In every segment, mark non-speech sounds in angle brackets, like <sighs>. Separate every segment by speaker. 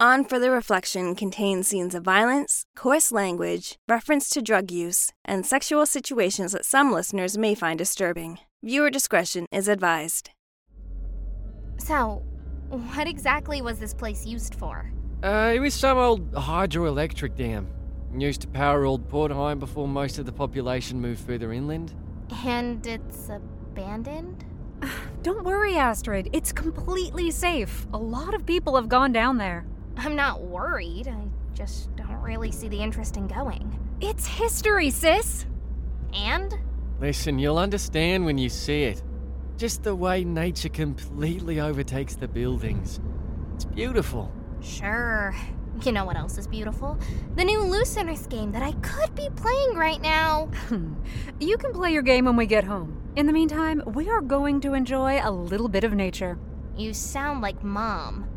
Speaker 1: On Further Reflection contains scenes of violence, coarse language, reference to drug use, and sexual situations that some listeners may find disturbing. Viewer discretion is advised.
Speaker 2: So, what exactly was this place used for?
Speaker 3: Uh, it was some old hydroelectric dam. Used to power old Portheim before most of the population moved further inland.
Speaker 2: And it's abandoned?
Speaker 4: Don't worry, Astrid. It's completely safe. A lot of people have gone down there.
Speaker 2: I'm not worried. I just don't really see the interest in going.
Speaker 4: It's history, sis! <laughs>
Speaker 2: And?
Speaker 3: Listen, you'll understand when you see it. Just the way nature completely overtakes the buildings. It's beautiful.
Speaker 2: Sure. You know what else is beautiful? The new Luceners game that I could be playing right now.
Speaker 4: you can play your game when we get home. In the meantime, we are going to enjoy a little bit of nature.
Speaker 2: You sound like Mom.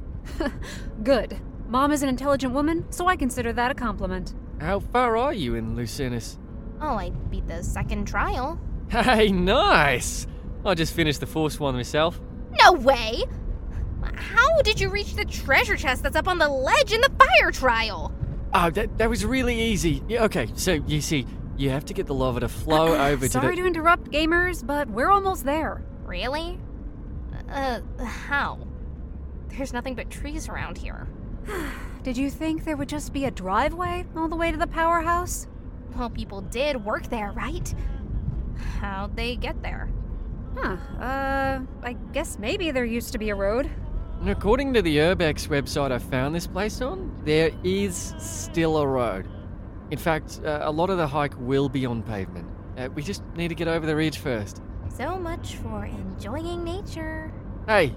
Speaker 4: Good. Mom is an intelligent woman, so I consider that a compliment.
Speaker 3: How far are you in Lucinus?
Speaker 2: Oh, I beat the second trial.
Speaker 3: <laughs> Hey, nice! I just finished the fourth one myself.
Speaker 2: No way! How did you reach the treasure chest that's up on the ledge in the fire trial?
Speaker 3: Oh, that, that was really easy. Yeah, okay, so you see, you have to get the lava to flow over
Speaker 4: Sorry
Speaker 3: to
Speaker 4: to interrupt, gamers, but we're almost there.
Speaker 2: Really? Uh, how? There's nothing but trees around here.
Speaker 4: Did you think there would just be a driveway all the way to the powerhouse?
Speaker 2: Well, people did work there, right? How'd they get there?
Speaker 4: Huh, uh, I guess maybe there used to be a road.
Speaker 3: the. And according to the Urbex website I found this place on, there is still a road. In fact, uh, a lot of the hike will be on pavement. Uh, we just need to get over the ridge first.
Speaker 2: So much for enjoying nature.
Speaker 3: Hey,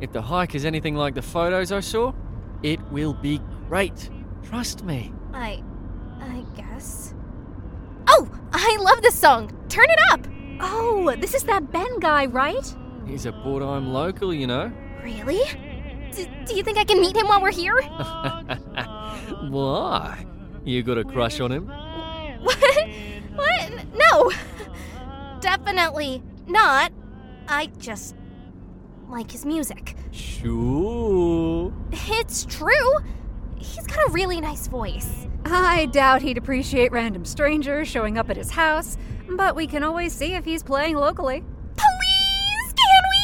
Speaker 3: if the hike is anything like the photos I saw, it will be great. Trust me.
Speaker 2: I. I guess. Oh! I love this song! Turn it up!
Speaker 4: Oh, this is that Ben guy, right?
Speaker 3: He's a Bordeaux local, you know. <laughs>
Speaker 2: Really? D- do you think I can meet him while we're here?
Speaker 3: Why? You got a crush on him?
Speaker 2: What? What? No! Definitely not. I just like his music.
Speaker 3: Sure.
Speaker 2: It's true! He's got a really nice voice.
Speaker 4: I doubt he'd appreciate random strangers showing up at his house, but we can always see if he's playing locally.
Speaker 2: Please, can we?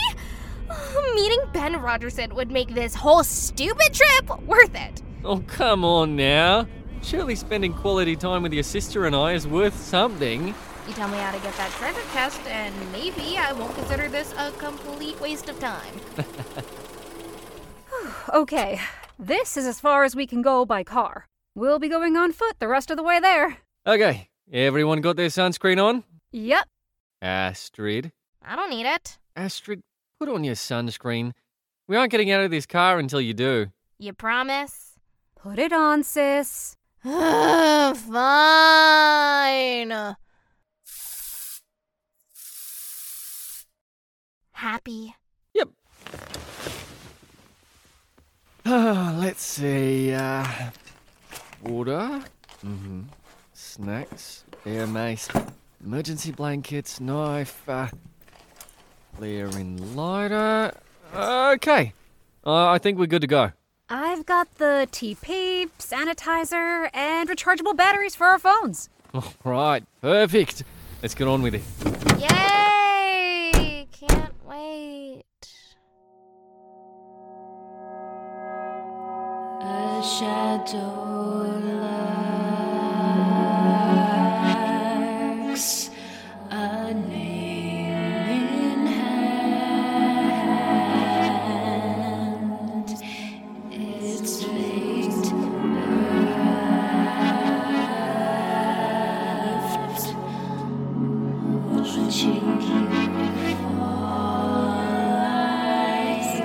Speaker 2: Oh, meeting Ben Rogerson would make this whole stupid trip worth it.
Speaker 3: Oh, come on now. Surely spending quality time with your sister and I is worth something.
Speaker 2: You tell me how to get that treasure chest, and maybe I won't consider this a complete waste of time.
Speaker 4: Okay, this is as far as we can go by car. We'll be going on foot the rest of the way there.
Speaker 3: Okay, everyone got their sunscreen on?
Speaker 4: Yep.
Speaker 3: Astrid.
Speaker 2: I don't need it.
Speaker 3: Astrid, put on your sunscreen. We aren't getting out of this car until you do.
Speaker 2: You promise?
Speaker 4: Put it on, sis.
Speaker 2: <sighs> Fine. Happy.
Speaker 3: Yep. Ah, <sighs> let's see. Uh, water. hmm Snacks. Air mace. Emergency blankets. Knife. Uh, in lighter. Okay. Uh, I think we're good to go. <laughs>
Speaker 4: I've got the TP, sanitizer, and rechargeable batteries for our phones.
Speaker 3: All right. Perfect. Let's get on with it.
Speaker 2: Yay! Can't wait.
Speaker 5: A shadow lurks, a name in hand. It's late, left, watching you fall like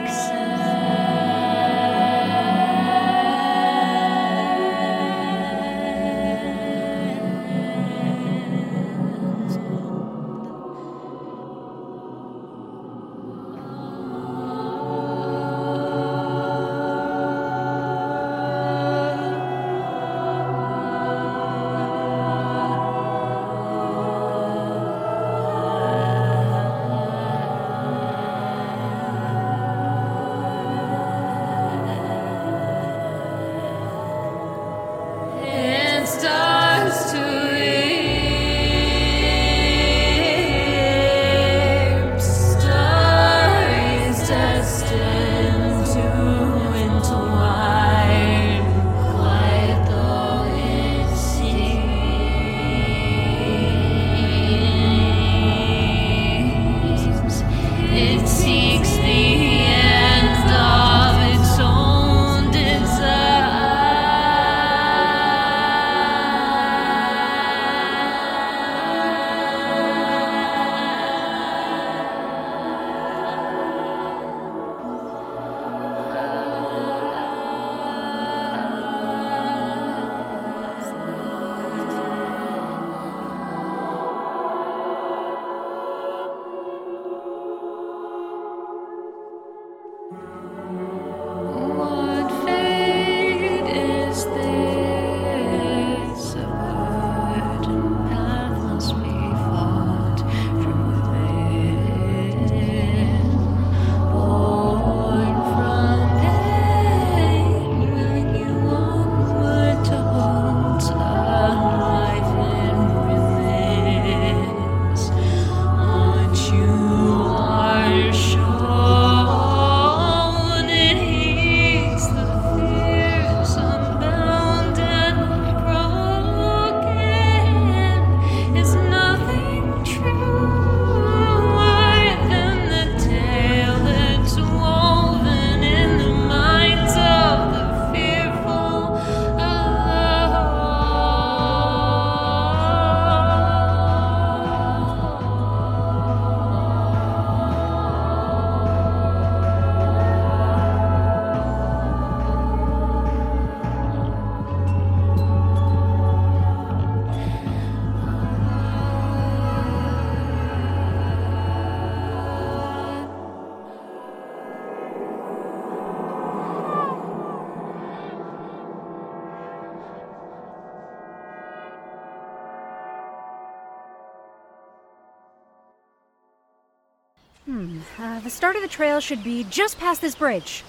Speaker 4: on. Uh, the start of the trail should be just past this bridge.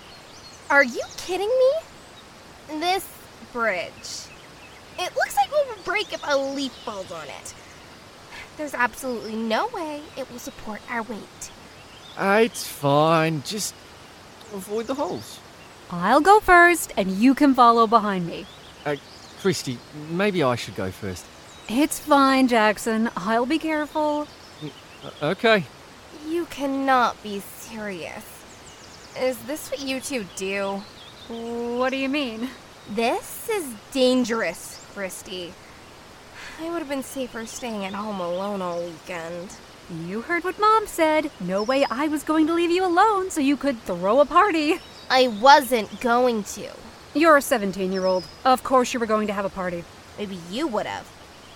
Speaker 2: Are you kidding me? This bridge. It looks like we would break if a leaf falls on it. There's absolutely no way it will support our weight.
Speaker 3: Ah, It's fine. Just avoid the holes.
Speaker 4: I'll go first, and you can follow behind me.
Speaker 3: Uh, Christy, maybe I should go first.
Speaker 4: It's fine, Jackson. I'll be careful.
Speaker 3: O- Uh, Okay.
Speaker 2: You cannot be serious. Is this what you two do?
Speaker 4: What do you mean?
Speaker 2: This is dangerous, Christy. I would have been safer staying at home alone all weekend.
Speaker 4: You heard what Mom said. No way I was going to leave you alone so you could throw a party.
Speaker 2: I wasn't going to.
Speaker 4: You're a 17 year old. Of course you were going to have a party.
Speaker 2: Maybe you would have.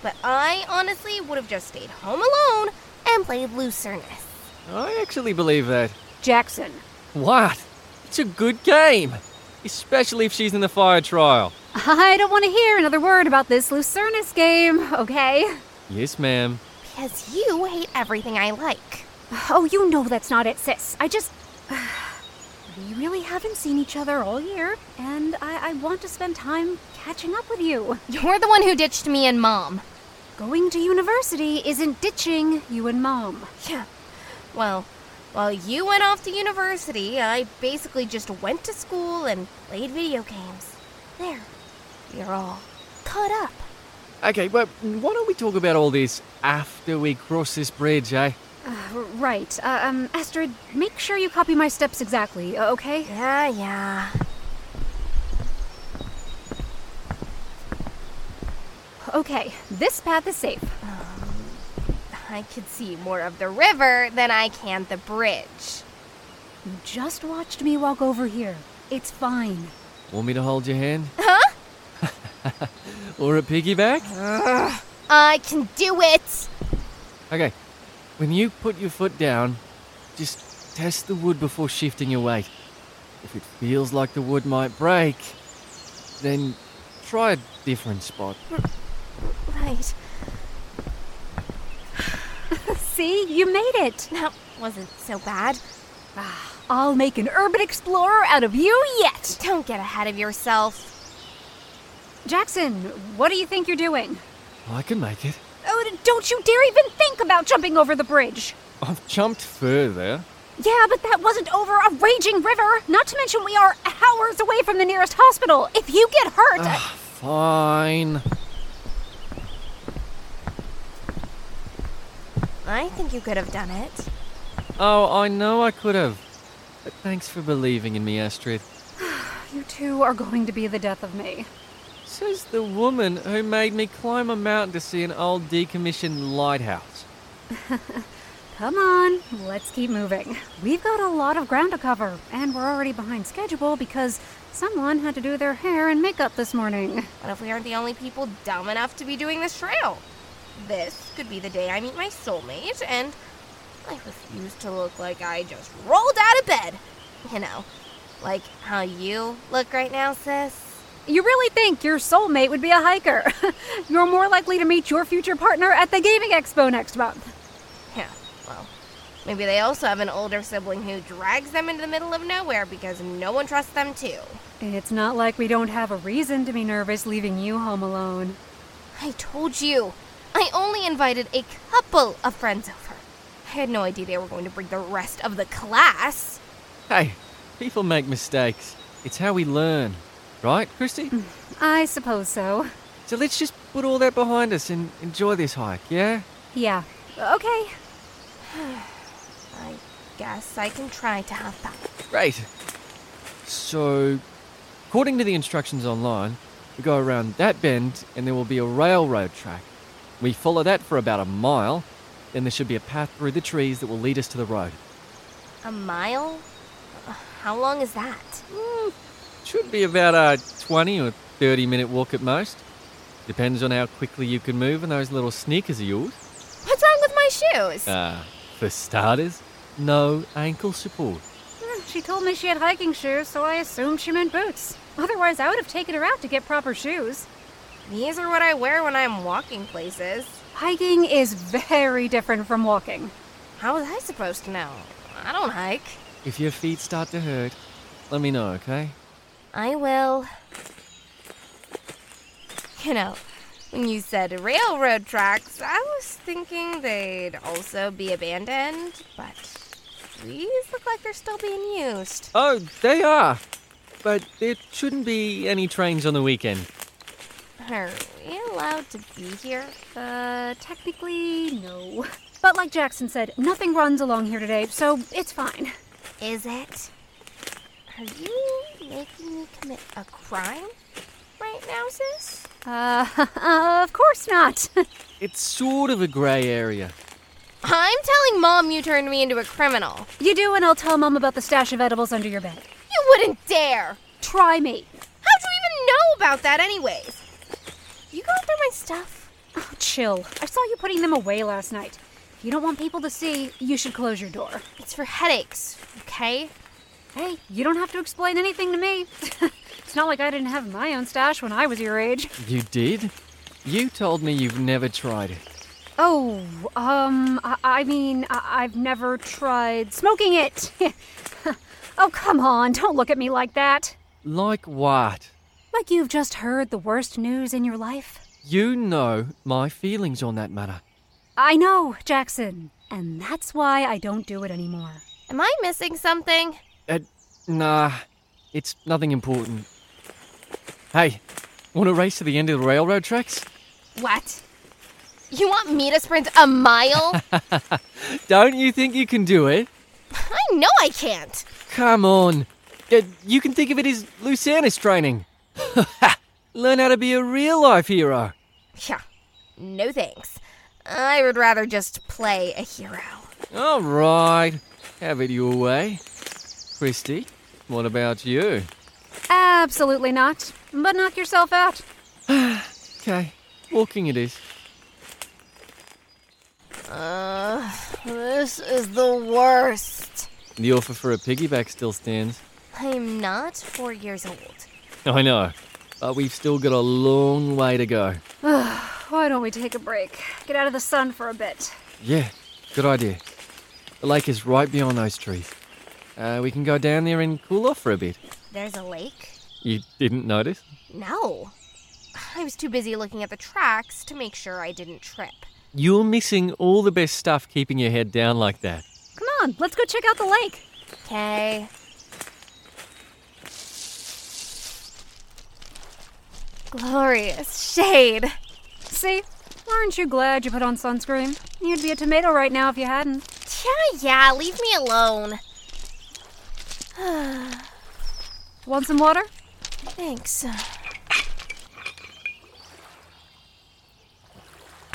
Speaker 2: But I honestly would have just stayed home alone and played Lucernus.
Speaker 3: I actually believe that.
Speaker 4: Jackson,
Speaker 3: What? It's a good game. Especially if she's in the fire trial.
Speaker 4: I don't want to hear another word about this Lucernus game, okay?
Speaker 3: Yes, ma'am.
Speaker 2: Because you hate everything I like.
Speaker 4: Oh, you know that's not it, sis. I just. <sighs> We really haven't seen each other all year, and I, I want to spend time catching up with you.
Speaker 2: You're the one who ditched me and Mom.
Speaker 4: Going to university isn't ditching you and Mom.
Speaker 2: Yeah. Well, while you went off to university, I basically just went to school and played video games. There. You're all caught up.
Speaker 3: Okay, well, why don't we talk about all this after we cross this bridge, eh?
Speaker 4: R- Right. Uh, um, Astrid, make sure you copy my steps exactly, uh, okay?
Speaker 2: Yeah, yeah.
Speaker 4: Okay, this path is safe.
Speaker 2: I could see more of the river than I can the bridge.
Speaker 4: You just watched me walk over here. It's fine.
Speaker 3: Want me to hold your hand? Huh? <laughs> or a piggyback?
Speaker 2: I can do it!
Speaker 3: Okay. When you put your foot down, just test the wood before shifting your weight. If it feels like the wood might break, then try a different spot.
Speaker 2: Right.
Speaker 4: See, you made it.
Speaker 2: That wasn't so bad.
Speaker 4: I'll make an urban explorer out of you yet.
Speaker 2: Don't get ahead of yourself.
Speaker 4: Jackson, what do you think you're doing?
Speaker 3: I can make it.
Speaker 4: Oh, d- don't you dare even think about jumping over the bridge.
Speaker 3: I've jumped further.
Speaker 4: Yeah, but that wasn't over a raging river. Not to mention we are hours away from the nearest hospital. If you get hurt, I-
Speaker 3: Ah, fine.
Speaker 2: I think you could have done it.
Speaker 3: Oh, I know I could have. But thanks for believing in me, Astrid.
Speaker 4: you two are going to be the death of me.
Speaker 3: Says the woman who made me climb a mountain to see an old decommissioned lighthouse.
Speaker 4: Come on, let's keep moving. We've got a lot of ground to cover, and we're already behind schedule because someone had to do their hair and makeup this morning.
Speaker 2: What if we aren't the only people dumb enough to be doing this trail? This could be the day I meet my soulmate, and I refuse to look like I just rolled out of bed. You know, like how you look right now, sis.
Speaker 4: You really think your soulmate would be a hiker? <laughs> You're more likely to meet your future partner at the Gaming Expo next month.
Speaker 2: Yeah, well, maybe they also have an older sibling who drags them into the middle of nowhere because no one trusts them, too.
Speaker 4: It's not like we don't have a reason to be nervous leaving you home alone.
Speaker 2: I told you. I only invited a couple of friends over. I had no idea they were going to bring the rest of the class.
Speaker 3: Hey, people make mistakes. It's how we learn. Right, Christy?
Speaker 4: I suppose so.
Speaker 3: So let's just put all that behind us and enjoy this hike, yeah?
Speaker 4: Yeah. Okay.
Speaker 2: <sighs> I guess I can try to have fun.
Speaker 3: Great. So, according to the instructions online, we go around that bend and there will be a railroad track. We follow that for about a mile, then there should be a path through the trees that will lead us to the road.
Speaker 2: A mile? Uh, How long is that?
Speaker 3: Should be about a 20 or 30 minute walk at most. Depends on how quickly you can move and those little sneakers of yours.
Speaker 2: What's wrong with my shoes?
Speaker 3: Uh, for starters, no ankle support.
Speaker 4: Hmm, She told me she had hiking shoes, so I assumed she meant boots. Otherwise, I would have taken her out to get proper shoes.
Speaker 2: These are what I wear when I'm walking places.
Speaker 4: Hiking is very different from walking.
Speaker 2: How was I supposed to know? I don't hike.
Speaker 3: If your feet start to hurt, let me know, okay?
Speaker 2: I will. You know, when you said railroad tracks, I was thinking they'd also be abandoned, but these look like they're still being used.
Speaker 3: Oh, they are. But there shouldn't be any trains on the weekend.
Speaker 2: Are we allowed to be here?
Speaker 4: Uh, technically, no. <laughs> But like Jackson said, nothing runs along here today, so it's fine.
Speaker 2: Is it? Are you making me commit a crime right now, sis?
Speaker 4: Uh, <laughs> of course not. <laughs>
Speaker 3: It's sort of a grey area.
Speaker 2: I'm telling mom you turned me into a criminal.
Speaker 4: you do, and I'll tell Mom about the stash of edibles under your bed.
Speaker 2: You wouldn't dare.
Speaker 4: Try me.
Speaker 2: How'd you even know about that, anyways? You going through my stuff?
Speaker 4: Oh, chill. I saw you putting them away last night. If you don't want people to see, you should close your door.
Speaker 2: It's for headaches, okay?
Speaker 4: Hey, you don't have to explain anything to me. <laughs> it's not like I didn't have my own stash when I was your age.
Speaker 3: You did? You told me you've never tried it.
Speaker 4: Oh, um, I, I mean, I- I've never tried smoking it. <laughs> oh, come on, don't look at me like that.
Speaker 3: Like what?
Speaker 4: Like you've just heard the worst news in your life.
Speaker 3: You know my feelings on that matter.
Speaker 4: I know, Jackson, and that's why I don't do it anymore.
Speaker 2: Am I missing something?
Speaker 3: Uh, nah, it's nothing important. Hey, want to race to the end of the railroad tracks?
Speaker 2: What? You want me to sprint a <laughs> mile?
Speaker 3: Don't you think you can do it?
Speaker 2: I know I can't.
Speaker 3: Come on. Uh, you can think of it as Lucanus training. <laughs> Learn how to be a real life hero.
Speaker 2: Yeah, no thanks. I would rather just play a hero.
Speaker 3: All right, have it your way. Christy, what about you?
Speaker 4: Absolutely not. But knock yourself out.
Speaker 3: Okay, walking it is.
Speaker 2: Uh, this is the worst.
Speaker 3: The offer for a piggyback still stands.
Speaker 2: I'm not four years old.
Speaker 3: I know, but we've still got a long way to go.
Speaker 4: Why don't we take a break? Get out of the sun for a bit.
Speaker 3: Yeah, good idea. The lake is right beyond those trees. Uh, we can go down there and cool off for a bit.
Speaker 2: There's a lake?
Speaker 3: You didn't notice?
Speaker 2: No. I was too busy looking at the tracks to make sure I didn't trip.
Speaker 3: You're missing all the best stuff keeping your head down like that.
Speaker 4: Come on, let's go check out the lake.
Speaker 2: Okay. Glorious shade.
Speaker 4: See? Aren't you glad you put on sunscreen? You'd be a tomato right now if you hadn't.
Speaker 2: Yeah, yeah, leave me alone.
Speaker 4: Want some water?
Speaker 2: Thanks. <sighs>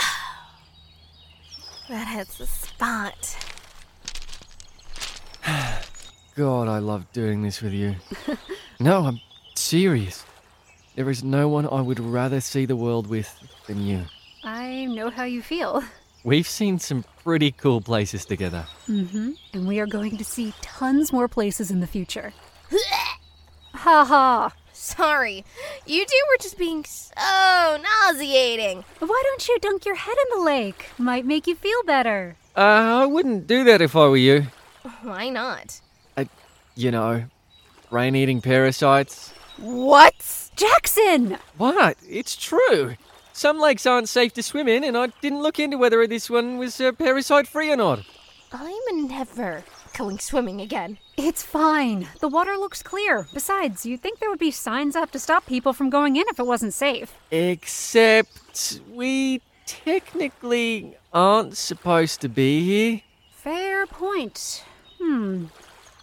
Speaker 2: That hits the spot. <sighs>
Speaker 3: God, I love doing this with you. <laughs> no, I'm serious. There is no one I would rather see the world with than you.
Speaker 4: I know how you feel.
Speaker 3: We've seen some pretty cool places together.
Speaker 4: And we are going to see tons more places in the future. Ha ha!
Speaker 2: Sorry, you two were just being so nauseating.
Speaker 4: Why don't you dunk your head in the lake? Might make you feel better.
Speaker 3: Uh, I wouldn't do that if I were you.
Speaker 2: Why not?
Speaker 3: I, you know, brain eating parasites.
Speaker 2: What?
Speaker 4: Jackson!
Speaker 3: What? It's true. Some lakes aren't safe to swim in, and I didn't look into whether this one was uh, parasite free or not.
Speaker 2: I'm never going swimming again.
Speaker 4: It's fine. The water looks clear. Besides, you'd think there would be signs up to stop people from going in if it wasn't safe.
Speaker 3: Except we technically aren't supposed to be here.
Speaker 4: Fair point. Hmm.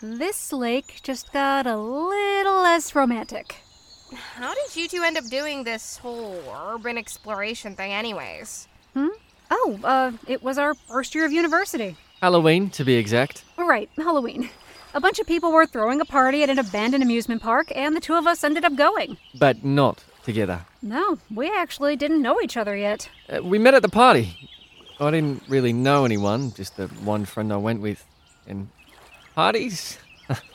Speaker 4: This lake just got a little less romantic.
Speaker 2: How did you two end up doing this whole urban exploration thing, anyways?
Speaker 4: Oh, uh, it was our first year of university.
Speaker 3: Halloween, to be exact.
Speaker 4: Right, Halloween. A bunch of people were throwing a party at an abandoned amusement park, and the two of us ended up going.
Speaker 3: But not together.
Speaker 4: No, we actually didn't know each other yet.
Speaker 3: Uh, we met at the party. I didn't really know anyone, just the one friend I went with. And parties? <laughs>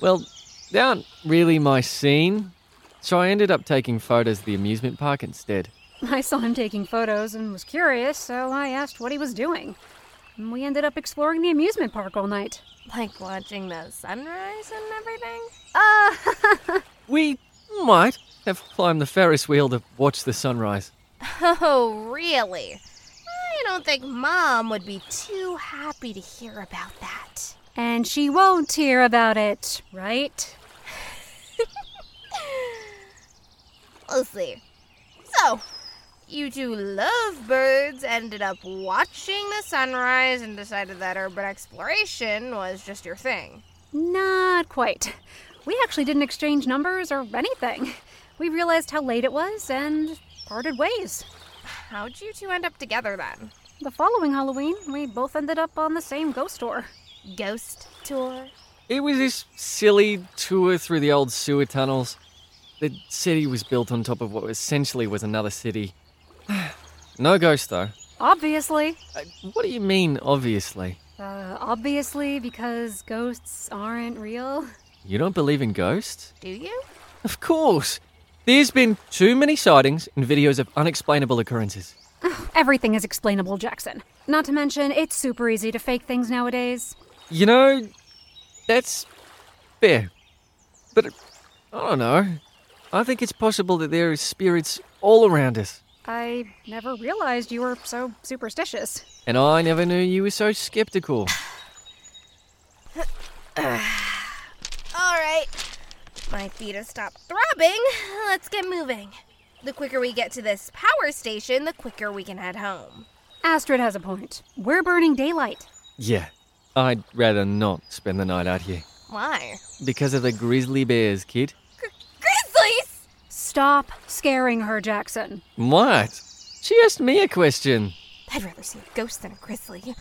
Speaker 3: well, they aren't really my scene. So I ended up taking photos of the amusement park instead.
Speaker 4: I saw him taking photos and was curious, so I asked what he was doing. and we ended up exploring the amusement park all night.
Speaker 2: Like watching the sunrise and everything? <laughs>
Speaker 4: Uh,
Speaker 3: We might have climbed the Ferris wheel to watch the sunrise.
Speaker 2: Oh, really? I don't think Mom would be too happy to hear about that.
Speaker 4: and she won't hear about it, right?
Speaker 2: We'll see. So, you two lovebirds ended up watching the sunrise and decided that urban exploration was just your thing.
Speaker 4: Not quite. We actually didn't exchange numbers or anything. We realized how late it was and parted ways.
Speaker 2: How'd you two end up together then?
Speaker 4: The following Halloween, we both ended up on the same ghost tour.
Speaker 2: Ghost tour?
Speaker 3: It was this silly tour through the old sewer tunnels. The city was built on top of what essentially was another city. <sighs> no ghost, though.
Speaker 4: Obviously.
Speaker 3: Uh, What do you mean, obviously?
Speaker 4: Uh, obviously, because ghosts aren't real.
Speaker 3: You don't believe in ghosts?
Speaker 2: Do you?
Speaker 3: Of course! There's been too many sightings and videos of unexplainable occurrences.
Speaker 4: <laughs> Everything is explainable, Jackson. Not to mention, it's super easy to fake things nowadays.
Speaker 3: You know, that's fair. But I don't know. I think it's possible that there is spirits all around us.
Speaker 4: I never realized you were so superstitious.
Speaker 3: And I never knew you were so skeptical.
Speaker 2: Alright. My feet have stopped throbbing. Let's get moving. The quicker we get to this power station, the quicker we can head home.
Speaker 4: Astrid has a point. We're burning daylight.
Speaker 3: Yeah. I'd rather not spend the night out here.
Speaker 2: Why?
Speaker 3: Because of the grizzly bears, kid.
Speaker 2: Grizzlies!
Speaker 4: Stop scaring her, Jackson.
Speaker 3: What? She asked me a question.
Speaker 2: I'd rather see a ghost than a grizzly.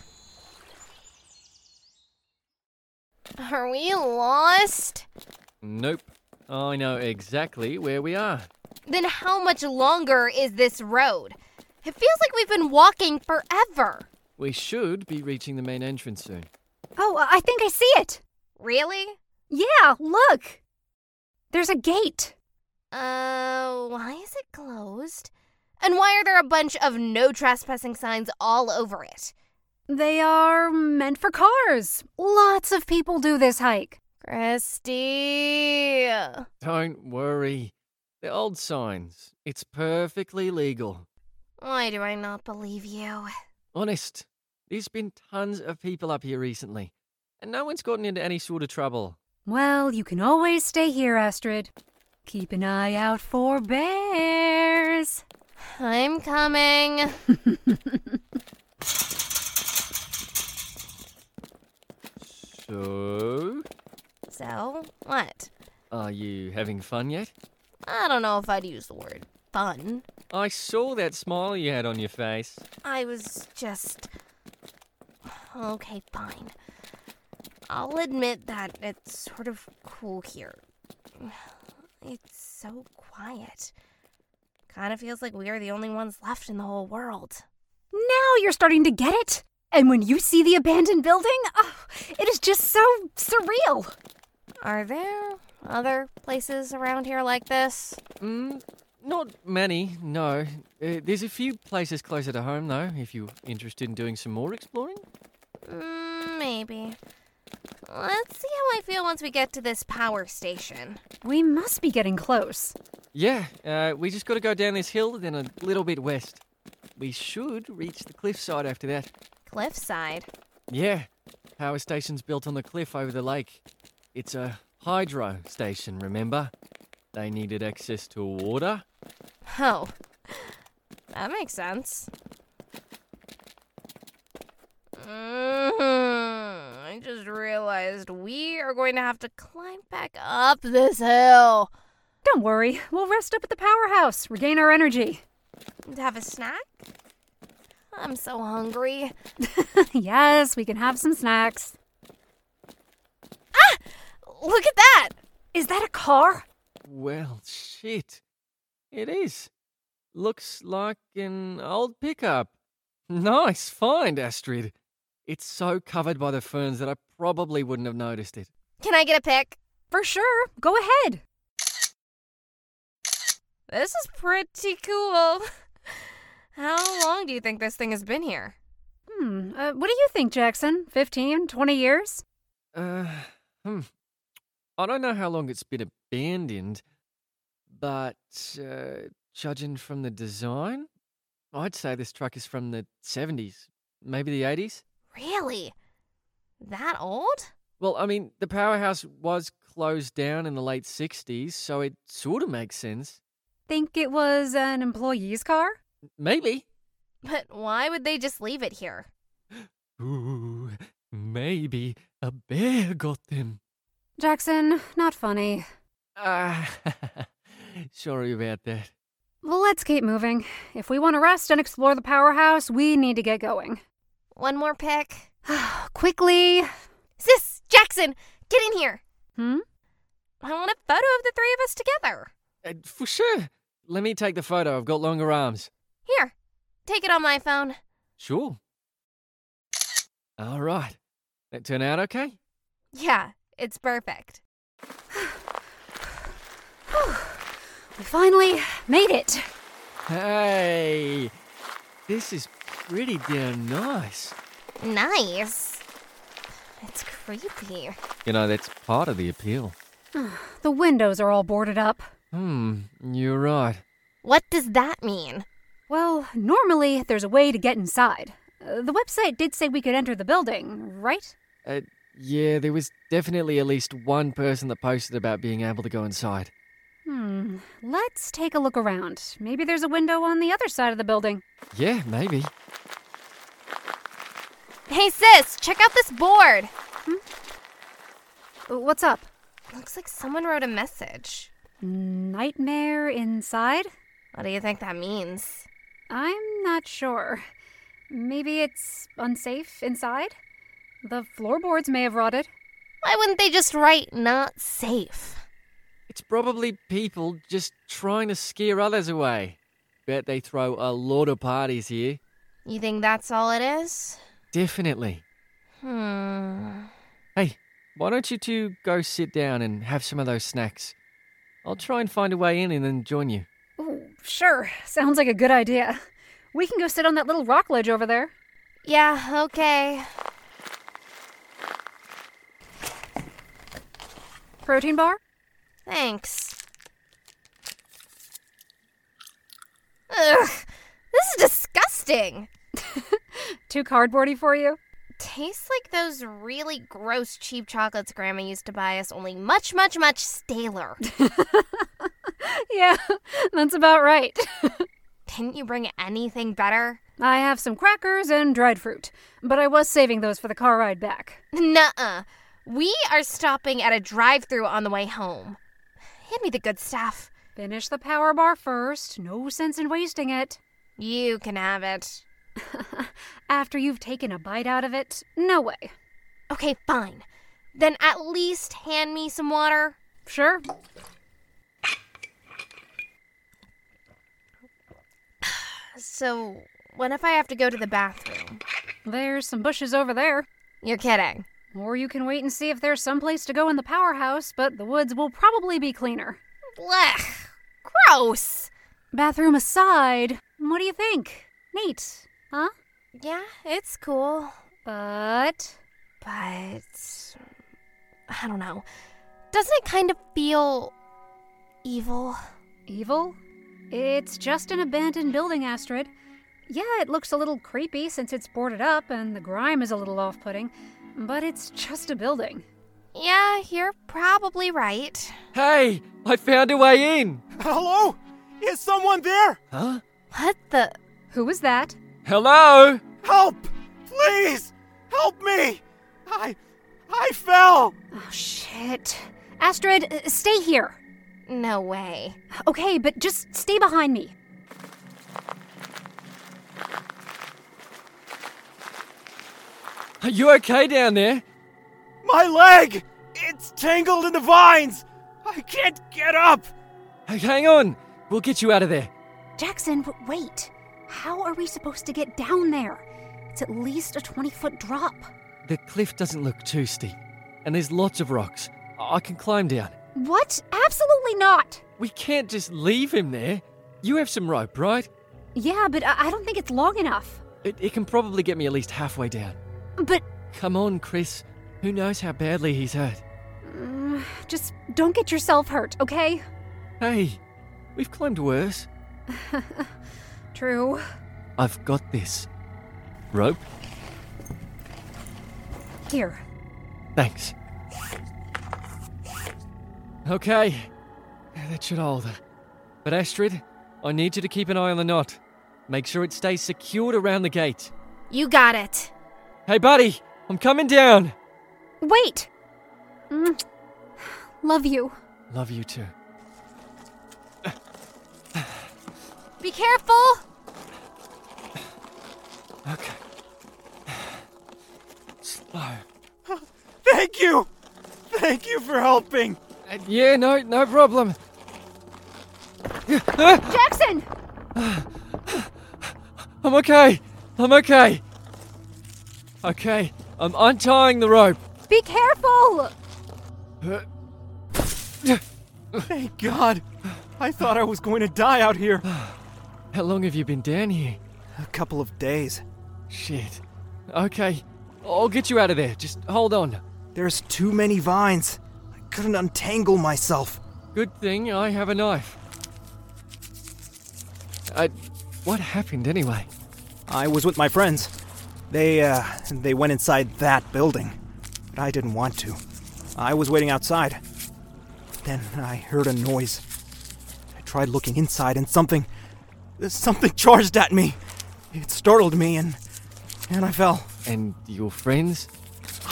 Speaker 2: Are we lost?
Speaker 3: Nope. I know exactly where we are.
Speaker 2: Then how much longer is this road? It feels like we've been walking forever.
Speaker 3: We should be reaching the main entrance soon.
Speaker 4: Oh, I I think I see it.
Speaker 2: Really?
Speaker 4: Yeah, look. There's a gate.
Speaker 2: Uh, why is it closed? And why are there a bunch of no trespassing signs all over it?
Speaker 4: They are meant for cars. Lots of people do this hike.
Speaker 2: Christy.
Speaker 3: Don't worry. They're old signs. It's perfectly legal.
Speaker 2: Why do I not believe you?
Speaker 3: Honest, there's been tons of people up here recently, and no one's gotten into any sort of trouble.
Speaker 4: Well, you can always stay here, Astrid. Keep an eye out for bears.
Speaker 2: I'm coming.
Speaker 3: So,
Speaker 2: So, what?
Speaker 3: are you having fun yet?
Speaker 2: I don't know if I'd use the word fun.
Speaker 3: I saw that smile you had on your face.
Speaker 2: I was just. Okay, fine. I'll admit that it's sort of cool here. It's so quiet. Kind of feels like we are the only ones left in the whole world.
Speaker 4: Now you're starting to get it. And when you see the abandoned building, oh, it is just so surreal.
Speaker 2: Are there other places around here like this?
Speaker 3: Mm, not many, no. Uh, there's a few places closer to home, though, if you're interested in doing some more exploring.
Speaker 2: Mm, maybe. Let's see how I feel once we get to this power station.
Speaker 4: We must be getting close.
Speaker 3: Yeah, uh, we just got to go down this hill, then a little bit west. We should reach the cliffside after that.
Speaker 2: Cliffside.
Speaker 3: Yeah, power station's built on the cliff over the lake. It's a hydro station, remember? They needed access to water.
Speaker 2: Oh, that makes sense. Mhm. I just realized we are going to have to climb back up this hill.
Speaker 4: Don't worry, we'll rest up at the powerhouse, regain our energy. <laughs>
Speaker 2: To have a snack? I'm so hungry.
Speaker 4: yes, we can have some snacks.
Speaker 2: Look at that!
Speaker 4: Is that a car?
Speaker 3: Well, shit. It is. Looks like an old pickup. Nice find, Astrid. It's so covered by the ferns that I probably wouldn't have noticed it.
Speaker 2: Can I get a pic?
Speaker 4: For sure. Go ahead.
Speaker 2: This is <laughs> pretty cool. How long do you think this thing has been here?
Speaker 4: Hmm, Uh, what do you think, Jackson? 15, 20 years?
Speaker 3: Uh, hmm. I don't know how long it's been abandoned, but uh, judging from the design, I'd say this truck is from the 70s, maybe the 80s.
Speaker 2: Really? That old?
Speaker 3: Well, I mean, the powerhouse was closed down in the late 60s, so it sort of makes sense.
Speaker 4: Think it was an employee's car?
Speaker 3: Maybe.
Speaker 2: But why would they just leave it here?
Speaker 3: Ooh, maybe a bear got them.
Speaker 4: Jackson, not funny.
Speaker 3: Ah, <laughs> sorry about that.
Speaker 4: Well, let's keep moving. If we want to rest and explore the powerhouse, we need to get going. <sighs>
Speaker 2: One more pick.
Speaker 4: Quickly.
Speaker 2: Sis, Jackson, get in here.
Speaker 4: Hmm?
Speaker 2: I want a photo of the three of us together.
Speaker 3: Uh, for sure. Let me take the photo. I've got longer arms.
Speaker 2: Here, take it on my phone.
Speaker 3: Sure. All right. That turn out okay?
Speaker 2: Yeah, it's perfect.
Speaker 4: We finally made it.
Speaker 3: Hey, this is pretty damn nice.
Speaker 2: Nice. It's creepy.
Speaker 3: You know, that's part of the appeal.
Speaker 4: The windows are all boarded up.
Speaker 3: Hmm, you're right.
Speaker 2: What does that mean?
Speaker 4: Well, normally there's a way to get inside. Uh, the website did say we could enter the building, right?
Speaker 3: Uh, yeah, there was definitely at least one person that posted about being able to go inside.
Speaker 4: Hmm. Let's take a look around. Maybe there's a window on the other side of the building.
Speaker 3: Yeah, maybe.
Speaker 2: Hey, sis, check out this board.
Speaker 4: Uh, What's up?
Speaker 2: Looks like someone wrote a message.
Speaker 4: Nightmare inside?
Speaker 2: What do you think that means?
Speaker 4: I'm not sure. Maybe it's unsafe inside? The floorboards may have rotted.
Speaker 2: Why wouldn't they just write not safe?
Speaker 3: It's probably people just trying to scare others away. Bet they throw a lot of parties here.
Speaker 2: You think that's all it is?
Speaker 3: Definitely.
Speaker 2: Hmm.
Speaker 3: Hey, why don't you two go sit down and have some of those snacks? I'll try and find a way in and then join you.
Speaker 4: Ooh, sure. Sounds like a good idea. We can go sit on that little rock ledge over there.
Speaker 2: Yeah, okay.
Speaker 4: Protein bar?
Speaker 2: Thanks. Ugh, this is disgusting.
Speaker 4: Too cardboardy for you? <laughs>
Speaker 2: Tastes like those really gross cheap chocolates Grandma used to buy us, only much, much, much staler.
Speaker 4: Yeah, that's about right.
Speaker 2: Didn't you bring anything better?
Speaker 4: I have some crackers and dried fruit, but I was saving those for the car ride back.
Speaker 2: Nuh-uh. We are stopping at a drive-through on the way home. Hand me the good stuff.
Speaker 4: Finish the power bar first. No sense in wasting it.
Speaker 2: You can have it.
Speaker 4: After you've taken a bite out of it, no way.
Speaker 2: Okay, fine. Then at least hand me some water.
Speaker 4: Sure.
Speaker 2: So, what if I have to go to the bathroom?
Speaker 4: There's some bushes over there.
Speaker 2: You're kidding.
Speaker 4: Or you can wait and see if there's someplace to go in the powerhouse, but the woods will probably be cleaner.
Speaker 2: Blech. Gross.
Speaker 4: Bathroom aside, what do you think? Neat, huh?
Speaker 2: Yeah, it's cool,
Speaker 4: But.
Speaker 2: but I don't know. Doesn't it kind of feel evil?
Speaker 4: Evil? It's just an abandoned building, Astrid. Yeah, it looks a little creepy since it's boarded up and the grime is a little off putting, but it's just a building.
Speaker 2: Yeah, you're probably right.
Speaker 3: Hey, I found a way in!
Speaker 6: Hello? Is someone there?
Speaker 3: Huh?
Speaker 2: What the?
Speaker 4: Who was that?
Speaker 3: Hello?
Speaker 6: Help! Please! Help me! I. I fell!
Speaker 4: Oh, shit. Astrid, uh, stay here.
Speaker 2: No way.
Speaker 4: Okay, but just stay behind me.
Speaker 3: Are you okay down there?
Speaker 6: My leg! It's tangled in the vines! I can't get up!
Speaker 3: Hey, Hang on, we'll get you out of there.
Speaker 4: Jackson, w- wait. How are we supposed to get down there? It's at least a 20 foot drop.
Speaker 3: The cliff doesn't look too steep, and there's lots of rocks. I I can climb down.
Speaker 4: What? Absolutely not!
Speaker 3: We can't just leave him there. You have some rope, right?
Speaker 4: Yeah, but I, I don't think it's long enough.
Speaker 3: It, it can probably get me at least halfway down.
Speaker 4: But
Speaker 3: Come on, Chris. Who knows how badly he's hurt?
Speaker 4: mm, just don't get yourself hurt, okay?
Speaker 3: Hey, we've climbed worse.
Speaker 4: True.
Speaker 3: I've got this. Rope?
Speaker 4: Here.
Speaker 3: Thanks. Okay, that should hold. But Astrid, I need you to keep an eye on the knot. Make sure it stays secured around the gate.
Speaker 2: You got it.
Speaker 3: Hey, buddy, I'm coming down.
Speaker 4: Wait! Mm. Love you.
Speaker 3: Love you too.
Speaker 2: Be careful.
Speaker 3: Okay. Slow.
Speaker 6: Thank you! Thank you for helping!
Speaker 3: Uh, Yeah, no, no problem. Yeah, ah,
Speaker 4: Jackson!
Speaker 3: I'm okay. I'm okay. Okay, I'm untying the rope.
Speaker 4: Be careful!
Speaker 3: Uh,
Speaker 6: Thank God! I thought I was going to die out here.
Speaker 3: How long have you been down here?
Speaker 6: A couple of days.
Speaker 3: Shit. Okay, I'll get you out of there. Just hold on.
Speaker 6: There's too many vines. I couldn't untangle myself.
Speaker 3: Good thing I have a knife. I. What happened anyway?
Speaker 6: I was with my friends. They uh they went inside that building. But I didn't want to. I was waiting outside. Then I heard a noise. I tried looking inside and something something charged at me. It startled me and and I fell.
Speaker 3: And your friends?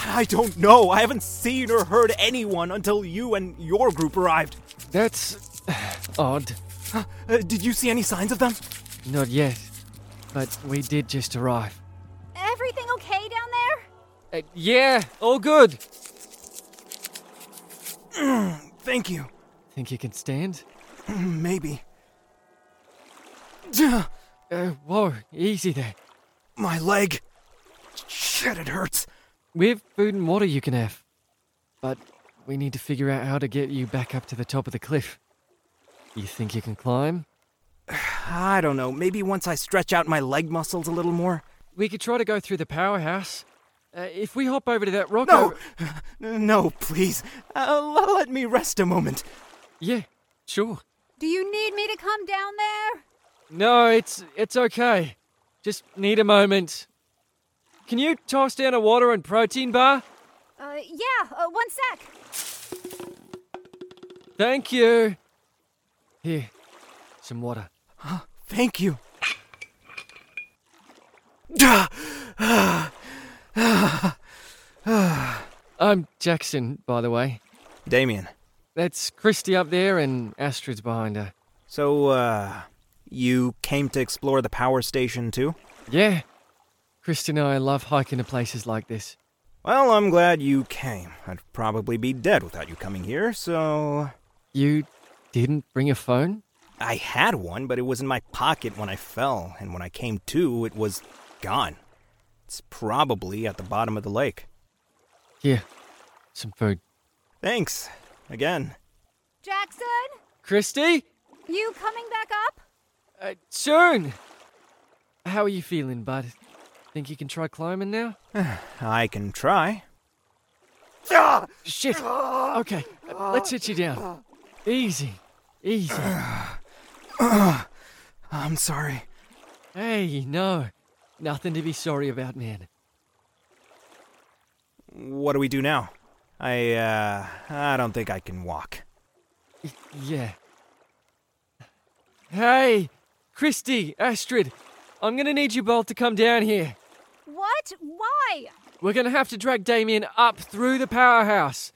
Speaker 6: I don't know. I haven't seen or heard anyone until you and your group arrived.
Speaker 3: That's. <sighs> odd.
Speaker 6: Uh, did you see any signs of them?
Speaker 3: Not yet. But we did just arrive.
Speaker 4: Everything okay down there?
Speaker 3: Uh, yeah, all good.
Speaker 6: Thank you.
Speaker 3: Think you can stand?
Speaker 6: Maybe. Duh,
Speaker 3: Uh, whoa, easy there.
Speaker 6: my leg. Shit, it hurts.
Speaker 3: We've food and water you can have. But we need to figure out how to get you back up to the top of the cliff. You think you can climb?
Speaker 6: I don't know. Maybe once I stretch out my leg muscles a little more.
Speaker 3: We could try to go through the powerhouse. Uh, if we hop over to that rock.
Speaker 6: No!
Speaker 3: over-
Speaker 6: No, please. Uh, l- let me rest a moment.
Speaker 3: Yeah, sure.
Speaker 4: Do you need me to come down there?
Speaker 3: No, it's it's okay. Just need a moment. Can you toss down a water and protein bar?
Speaker 4: Uh, yeah, uh, one sec.
Speaker 3: Thank you. Here, some water.
Speaker 6: Thank you. Duh.
Speaker 3: I'm Jackson, by the way.
Speaker 6: Damien,
Speaker 3: That's Christy up there and Astrid's behind her.
Speaker 6: so, uh, you came to explore the power station too?
Speaker 3: Yeah. Christy and I love hiking to places like this.
Speaker 6: Well, I'm glad you came. I'd probably be dead without you coming here, so.
Speaker 3: You didn't bring a phone?
Speaker 6: I had one, but it was in my pocket when I fell, and when I came to, it was gone. It's probably at the bottom of the lake.
Speaker 3: Here, some food.
Speaker 6: Thanks. Again.
Speaker 4: Jackson,
Speaker 3: Christy?
Speaker 4: you coming back up?
Speaker 3: Uh, soon! How are you feeling, bud? Think you can try climbing now?
Speaker 6: I can try.
Speaker 3: Shit. Okay, uh, let's sit you down. Easy. Easy.
Speaker 6: I'm sorry.
Speaker 3: Hey, no. Nothing to be sorry about, man.
Speaker 6: What do we do now? I, uh, I don't think I can walk.
Speaker 3: Yeah. Hey, Christy, Astrid, I'm gonna need you both to come down here.
Speaker 4: What? Why?
Speaker 3: We're gonna have to drag Damien up through the powerhouse.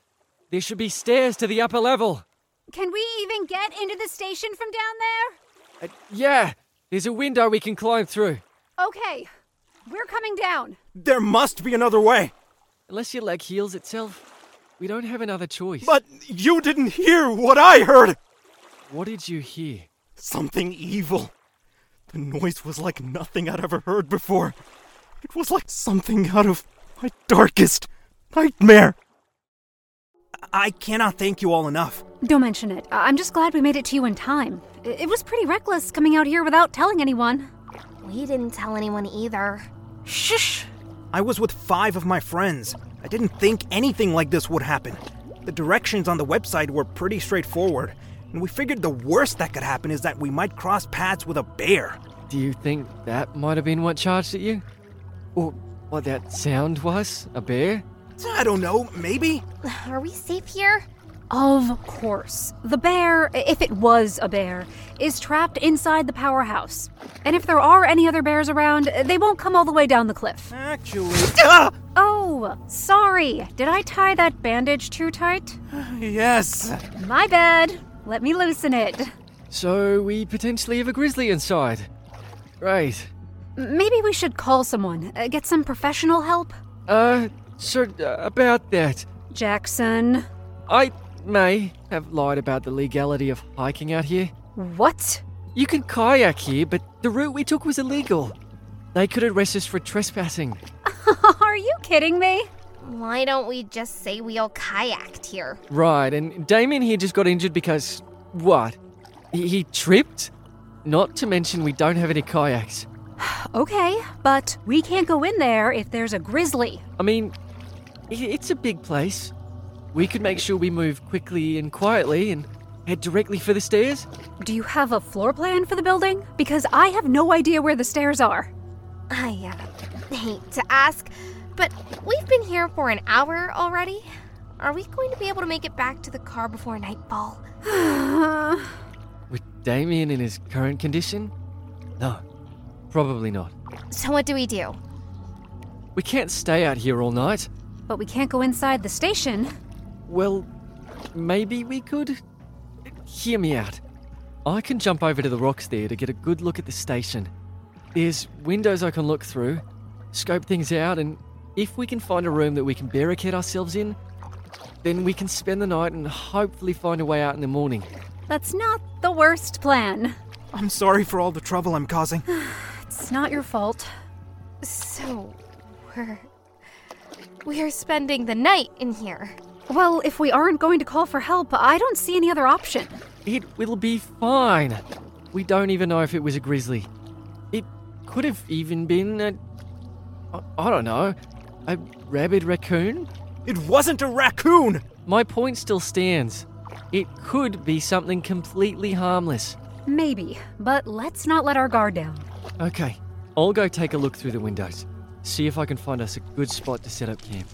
Speaker 3: There should be stairs to the upper level.
Speaker 4: Can we even get into the station from down there?
Speaker 3: Uh, yeah, there's a window we can climb through.
Speaker 4: Okay, we're coming down.
Speaker 6: There must be another way!
Speaker 3: Unless your leg heals itself, we don't have another choice.
Speaker 6: But you didn't hear what I heard!
Speaker 3: what did you hear?
Speaker 6: Something evil. The noise was like nothing I'd ever heard before. It was like something out of my darkest nightmare. I cannot thank you all enough.
Speaker 4: Don't mention it. I- I'm just glad we made it to you in time. I- It was pretty reckless coming out here without telling anyone.
Speaker 2: We didn't tell anyone either. <sighs>
Speaker 6: Shh! I was with five of my friends. I didn't think anything like this would happen. The directions on the website were pretty straightforward, and we figured the worst that could happen is that we might cross paths with a bear.
Speaker 3: Do you think that might have been what charged at you? Or what that sound was? A bear?
Speaker 6: I don't know, maybe?
Speaker 2: Are we safe here?
Speaker 4: Of course. The bear, if it was a bear, is trapped inside the powerhouse. And if there are any other bears around, they won't come all the way down the cliff.
Speaker 6: Actually. Ah!
Speaker 4: Oh, sorry. Did I tie that bandage too tight?
Speaker 6: Yes!
Speaker 4: My bad. Let me loosen it.
Speaker 3: So we potentially have a grizzly inside. Right.
Speaker 4: Maybe we should call someone, uh, get some professional help.
Speaker 3: Uh, so uh, about that,
Speaker 4: Jackson.
Speaker 3: I may have lied about the legality of hiking out here.
Speaker 4: What?
Speaker 3: You can kayak here, but the route we took was illegal. They could arrest us for trespassing.
Speaker 4: <laughs> Are you kidding me?
Speaker 2: Why don't we just say we all kayaked here?
Speaker 3: Right, and Damien here just got injured because. what? He, he tripped? Not to mention, we don't have any kayaks.
Speaker 4: Okay, but we can't go in there if there's a grizzly.
Speaker 3: I mean, i- it's a big place. We could make sure we move quickly and quietly and head directly for the stairs.
Speaker 4: Do you have a floor plan for the building? Because I have no idea where the stairs are.
Speaker 2: I uh, hate to ask, but we've been here for an hour already. Are we going to be able to make it back to the car before nightfall?
Speaker 3: With Damien in his current condition? No, probably not.
Speaker 2: So, what do we do?
Speaker 3: We can't stay out here all night.
Speaker 4: But we can't go inside the station.
Speaker 3: Well, maybe we could. Hear me out. I can jump over to the rocks there to get a good look at the station. There's windows I can look through, scope things out, and if we can find a room that we can barricade ourselves in, then we can spend the night and hopefully find a way out in the morning.
Speaker 4: That's not the worst plan.
Speaker 6: I'm sorry for all the trouble I'm causing.
Speaker 4: It's not your fault.
Speaker 2: So, we're. We're spending the night in here.
Speaker 4: Well, if we aren't going to call for help, I don't see any other option.
Speaker 3: It will be fine. We don't even know if it was a grizzly. It could have even been a. I- I don't know. A rabid raccoon?
Speaker 6: It wasn't a raccoon!
Speaker 3: My point still stands. It could be something completely harmless.
Speaker 4: Maybe, but let's not let our guard down.
Speaker 3: Okay, I'll go take a look through the windows, see if I can find us a good spot to set up camp.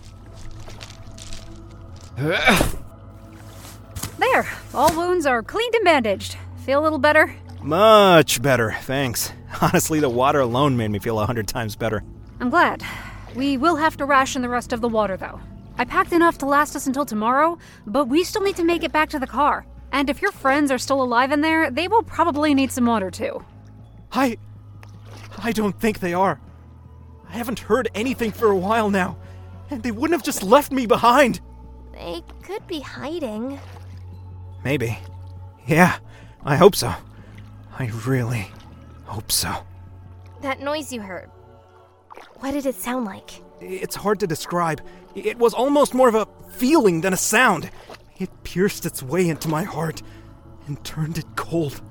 Speaker 4: There, all wounds are cleaned and bandaged. Feel a little better?
Speaker 6: Much better, thanks. Honestly, the water alone made me feel a hundred times better.
Speaker 4: I'm glad. We will have to ration the rest of the water, though. I packed enough to last us until tomorrow, but we still need to make it back to the car. And if your friends are still alive in there, they will probably need some water too.
Speaker 6: I. I don't think they are. I haven't heard anything for a while now, and they wouldn't have just left me behind.
Speaker 2: They could be hiding.
Speaker 6: Maybe. Yeah, I hope so. I really hope so.
Speaker 2: That noise you heard. What did it sound like?
Speaker 6: It's hard to describe. It was almost more of a feeling than a sound. It pierced its way into my heart and turned it cold.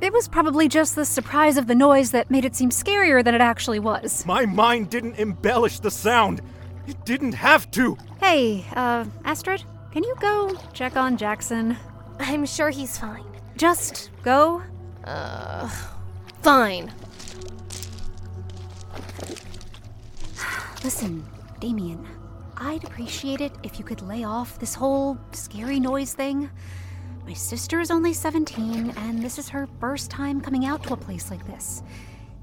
Speaker 4: It was probably just the surprise of the noise that made it seem scarier than it actually was.
Speaker 6: My mind didn't embellish the sound. It didn't have to.
Speaker 4: Hey, uh, Astrid, can you go check on Jackson?
Speaker 2: I'm sure he's fine.
Speaker 4: Just go?
Speaker 2: Uh, fine.
Speaker 4: Listen, Damien, I'd appreciate it if you could lay off this whole scary noise thing. My sister is only 17, and this is her first time coming out to a place like this.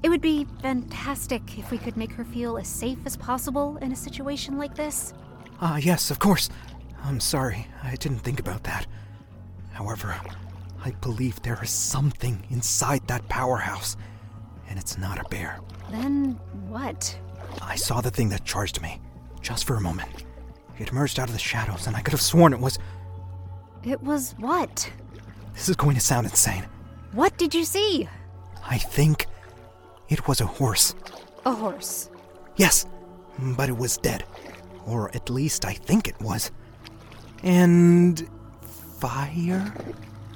Speaker 4: It would be fantastic if we could make her feel as safe as possible in a situation like this.
Speaker 6: Ah, yes, of course. I'm sorry. I didn't think about that. However, I believe there is something inside that powerhouse, and it's not a bear.
Speaker 4: Then what?
Speaker 6: I saw the thing that charged me, just for a moment. It emerged out of the shadows, and I could have sworn it was.
Speaker 4: It was what?
Speaker 6: This is going to sound insane.
Speaker 4: What did you see?
Speaker 6: I think it was a horse.
Speaker 4: A horse.
Speaker 6: Yes, but it was dead. Or at least I think it was. And. fire?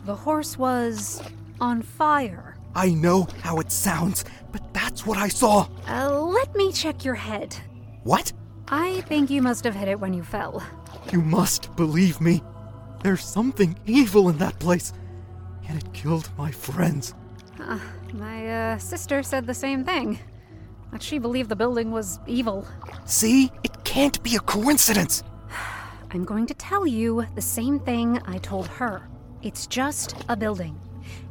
Speaker 4: The horse was on fire.
Speaker 6: I know how it sounds, but that's what I saw.
Speaker 4: Uh, let me check your head.
Speaker 6: What?
Speaker 4: I think you must have hit it when you fell.
Speaker 6: You must believe me. There's something evil in that place, and it killed my friends.
Speaker 4: Uh, my uh, sister said the same thing. That she believed the building was evil.
Speaker 6: See? It can't be a coincidence.
Speaker 4: I'm going to tell you the same thing I told her. It's just a building.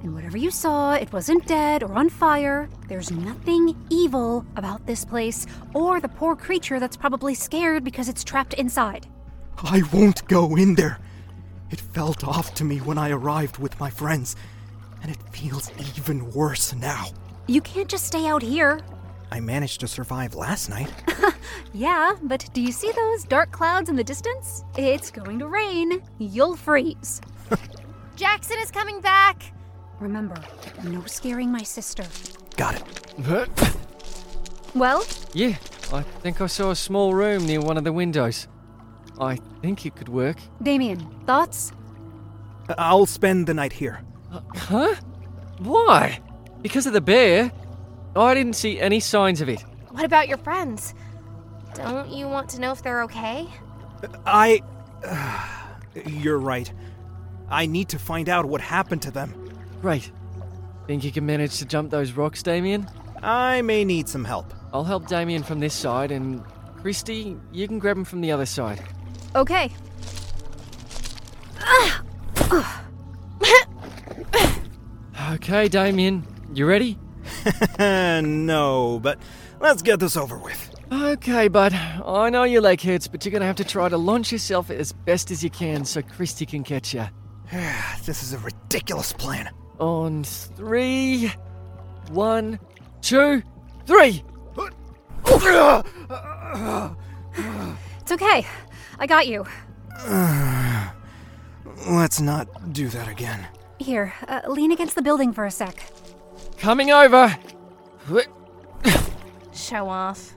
Speaker 4: And whatever you saw, it wasn't dead or on fire. There's nothing evil about this place or the poor creature that's probably scared because it's trapped inside.
Speaker 6: I won't go in there. It felt off to me when I arrived with my friends, and it feels even worse now.
Speaker 4: You can't just stay out here.
Speaker 6: I managed to survive last night.
Speaker 4: Yeah, but do you see those dark clouds in the distance? It's going to rain. You'll freeze.
Speaker 2: Jackson is coming back!
Speaker 4: Remember, no scaring my sister.
Speaker 6: Got it.
Speaker 4: Well,
Speaker 3: Yeah, I think I saw a small room near one of the windows. I think it could work.
Speaker 4: Damien, thoughts?
Speaker 6: I'll spend the night here.
Speaker 3: Huh? Why? Because of the bear? I didn't see any signs of it.
Speaker 2: What about your friends? Don't you want to know if they're okay?
Speaker 6: I. <sighs> you're right. I need to find out what happened to them.
Speaker 3: Great. Think you can manage to jump those rocks, Damien?
Speaker 6: I may need some help. <laughs>
Speaker 3: I'll help Damien from this side, and Christy, you can grab him from the other side.
Speaker 4: Okay.
Speaker 3: Okay, Damien, you ready?
Speaker 6: no, but let's get this over with.
Speaker 3: Okay, bud. I know your leg hurts, but you're gonna have to try to launch yourself as best as you can so Christy can catch you.
Speaker 6: This is a ridiculous plan. <sighs>
Speaker 3: On three, one, two, three.
Speaker 4: It's okay. I got you.
Speaker 6: Let's not do that again.
Speaker 4: Here, uh, lean against the building for a sec.
Speaker 3: Coming over.
Speaker 2: Show off.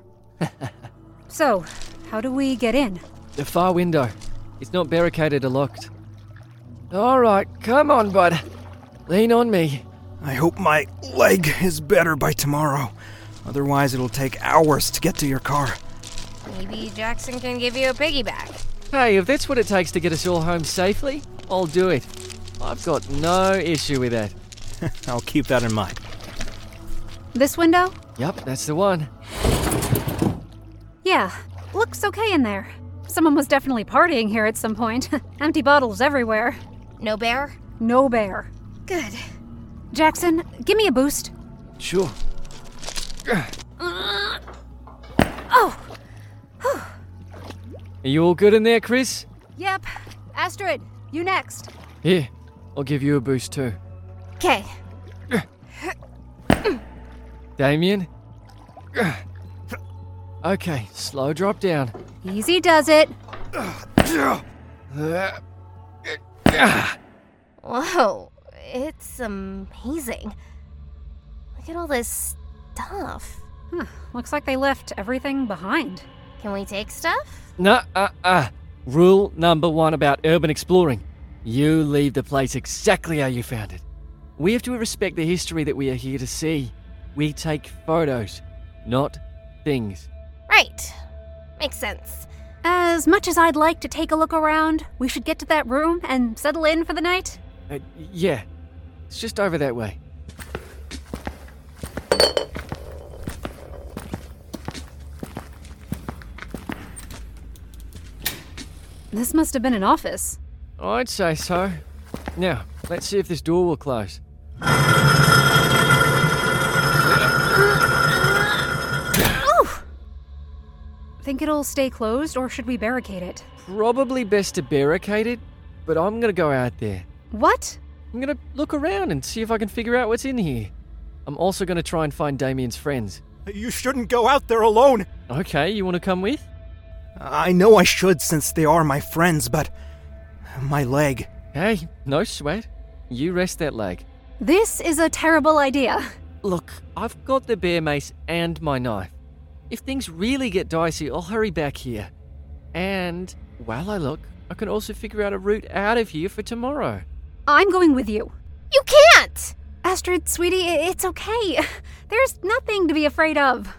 Speaker 4: So, how do we get in?
Speaker 3: The far window. It's not barricaded or locked. All right, come on, bud. Lean on me.
Speaker 6: I hope my leg is better by tomorrow. Otherwise, it'll take hours to get to your car.
Speaker 2: Maybe Jackson can give you a piggyback.
Speaker 3: Hey, if that's what it takes to get us all home safely, I'll do it. I've got no issue with that.
Speaker 6: I'll keep that in mind.
Speaker 4: This window?
Speaker 3: Yep, that's the one.
Speaker 4: Yeah, looks okay in there. Someone was definitely partying here at some point. <laughs> Empty bottles everywhere.
Speaker 2: No bear?
Speaker 4: No bear.
Speaker 2: Good.
Speaker 4: Jackson, give me a boost.
Speaker 3: Sure.
Speaker 4: Oh,
Speaker 3: Are you all good in there, Chris?
Speaker 4: yep. Astrid, you next.
Speaker 3: Here, I'll give you a boost too.
Speaker 2: Okay.
Speaker 3: Damien? Okay, slow drop down.
Speaker 4: Easy does it.
Speaker 2: Whoa, it's amazing. Look at all this stuff.
Speaker 4: Huh, looks like they left everything behind.
Speaker 2: Can we take stuff?
Speaker 3: Nah, uh, uh. Rule number one about urban exploring you leave the place exactly how you found it. We have to respect the history that we are here to see. We take photos, not things.
Speaker 2: Right. Makes sense.
Speaker 4: As much as I'd like to take a look around, we should get to that room and settle in for the night.
Speaker 3: Uh, yeah, it's just over that way.
Speaker 4: This must have been an office.
Speaker 3: I'd say so. Now, let's see if this door will close.
Speaker 4: Think it'll stay closed or should we barricade it?
Speaker 3: Probably best to barricade it, but I'm gonna go out there.
Speaker 4: What?
Speaker 3: I'm gonna look around and see if I can figure out what's in here. I'm also gonna try and find Damien's friends.
Speaker 6: You shouldn't go out there alone.
Speaker 3: Okay, you wanna come with?
Speaker 6: I know I should since they are my friends, but my leg.
Speaker 3: Hey, no sweat. You rest that leg.
Speaker 4: This is a terrible idea.
Speaker 3: Look, I've got the bear mace and my knife. If things really get dicey, I'll hurry back here. And while I look, I can also figure out a route out of here for tomorrow.
Speaker 4: I'm going with you.
Speaker 2: You can't!
Speaker 4: Astrid, sweetie, i- it's okay. <laughs> There's nothing to be afraid of.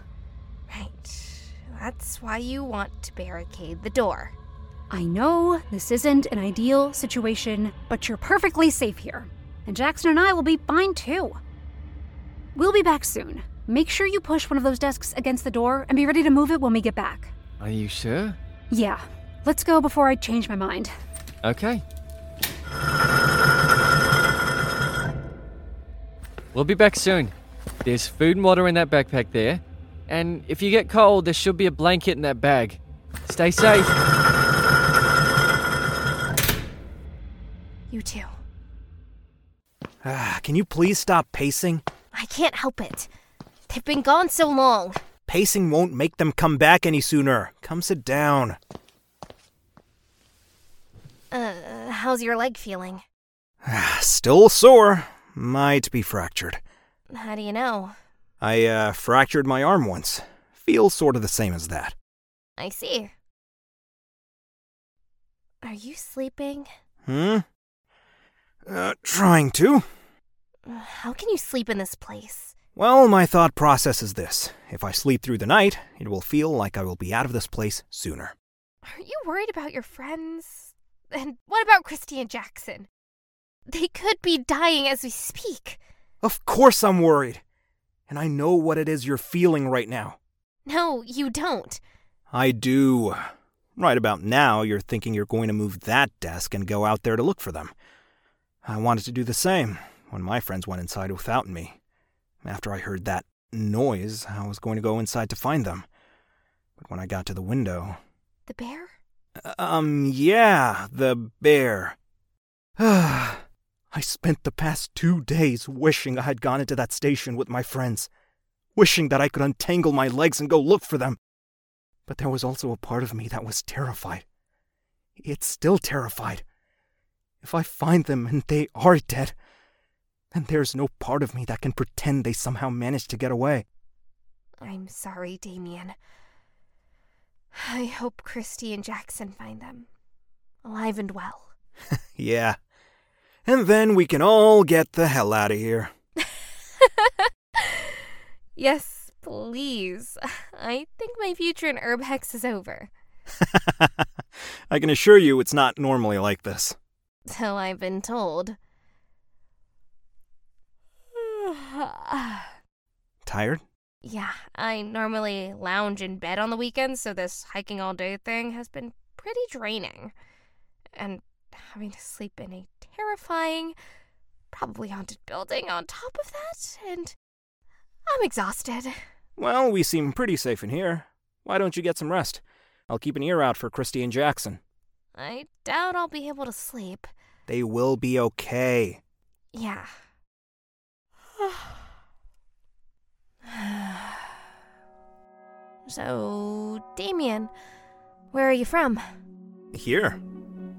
Speaker 2: Right. That's why you want to barricade the door.
Speaker 4: I know this isn't an ideal situation, but you're perfectly safe here. And Jackson and I will be fine too. We'll be back soon. Make sure you push one of those desks against the door and be ready to move it when we get back.
Speaker 3: Are you sure?
Speaker 4: Yeah, let's go before I change my mind.
Speaker 3: Okay. We'll be back soon. There's food and water in that backpack there. And if you get cold, there should be a blanket in that bag. Stay safe.
Speaker 2: You too.
Speaker 6: Ah, can you please stop pacing?
Speaker 2: I can't help it. They've been gone so long.
Speaker 6: Pacing won't make them come back any sooner. Come sit down.
Speaker 2: Uh, how's your leg feeling?
Speaker 6: Ah, Still sore. Might be fractured.
Speaker 2: How do you know?
Speaker 6: I uh, fractured my arm once. Feels sort of the same as that.
Speaker 2: I see. Are you sleeping?
Speaker 6: Hmm? Uh, trying to.
Speaker 2: How can you sleep in this place?
Speaker 6: Well, my thought process is this. If I sleep through the night, it will feel like I will be out of this place sooner.
Speaker 2: Aren't you worried about your friends? And what about Christy and Jackson? They could be dying as we speak.
Speaker 6: Of course I'm worried. And I know what it is you're feeling right now.
Speaker 2: No, you don't.
Speaker 6: I do. Right about now, you're thinking you're going to move that desk and go out there to look for them. I wanted to do the same when my friends went inside without me. After I heard that noise, I was going to go inside to find them. But when I got to the window.
Speaker 2: The bear?
Speaker 6: Um, yeah, the bear. <sighs> I spent the past two days wishing I had gone into that station with my friends, wishing that I could untangle my legs and go look for them. But there was also a part of me that was terrified. It's still terrified. If I find them and they are dead, then there's no part of me that can pretend they somehow managed to get away.
Speaker 2: I'm sorry, Damien. I hope Christy and Jackson find them. Alive and well.
Speaker 6: Yeah. And then we can all get the hell out of here.
Speaker 2: Yes, please. I think my future in Herb Hex is over.
Speaker 6: <laughs> I can assure you it's not normally like this.
Speaker 2: So I've been told.
Speaker 6: Tired?
Speaker 2: yeah, I normally lounge in bed on the weekends, so this hiking all day thing has been pretty draining. And having to sleep in a terrifying, probably haunted building on top of that, and I'm exhausted.
Speaker 6: Well, we seem pretty safe in here. Why don't you get some rest? I'll keep an ear out for Christy and Jackson.
Speaker 2: I doubt I'll be able to sleep.
Speaker 6: They will be okay.
Speaker 2: Yeah. <sighs> so, Damien, where are you from?
Speaker 6: Here?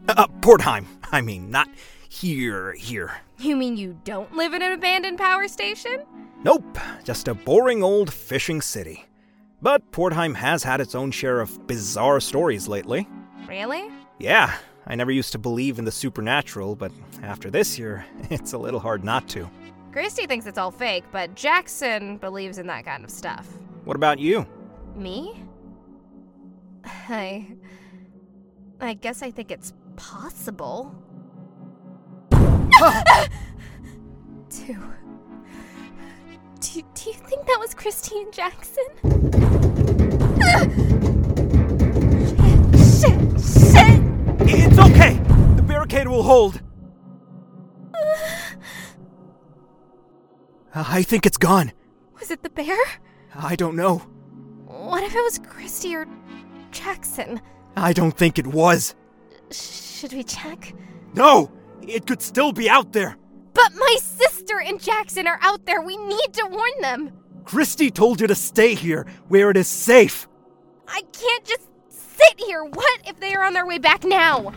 Speaker 6: Uh, Portheim. I mean, not here, here.
Speaker 2: You mean you don't live in an abandoned power station?
Speaker 6: Nope, just a boring old fishing city. But Portheim has had its own share of bizarre stories lately.
Speaker 2: Really?
Speaker 6: Yeah, I never used to believe in the supernatural, but after this year, <laughs> it's a little hard not to.
Speaker 2: Christy thinks it's all fake, but Jackson believes in that kind of stuff.
Speaker 6: What about you?
Speaker 2: Me? I. I guess I think it's possible. Two. Do, do you think that was Christine Jackson? Ah! Shit, shit, shit!
Speaker 6: It's okay! The barricade will hold! I think it's gone.
Speaker 2: Was it the bear?
Speaker 6: I don't know.
Speaker 2: What if it was Christy or Jackson?
Speaker 6: I don't think it was.
Speaker 2: Should we check?
Speaker 6: No! It could still be out there!
Speaker 2: But my sister and Jackson are out there. We need to warn them.
Speaker 6: Christy told you to stay here, where it is safe!
Speaker 2: I can't just sit here. What if they are on their way back now?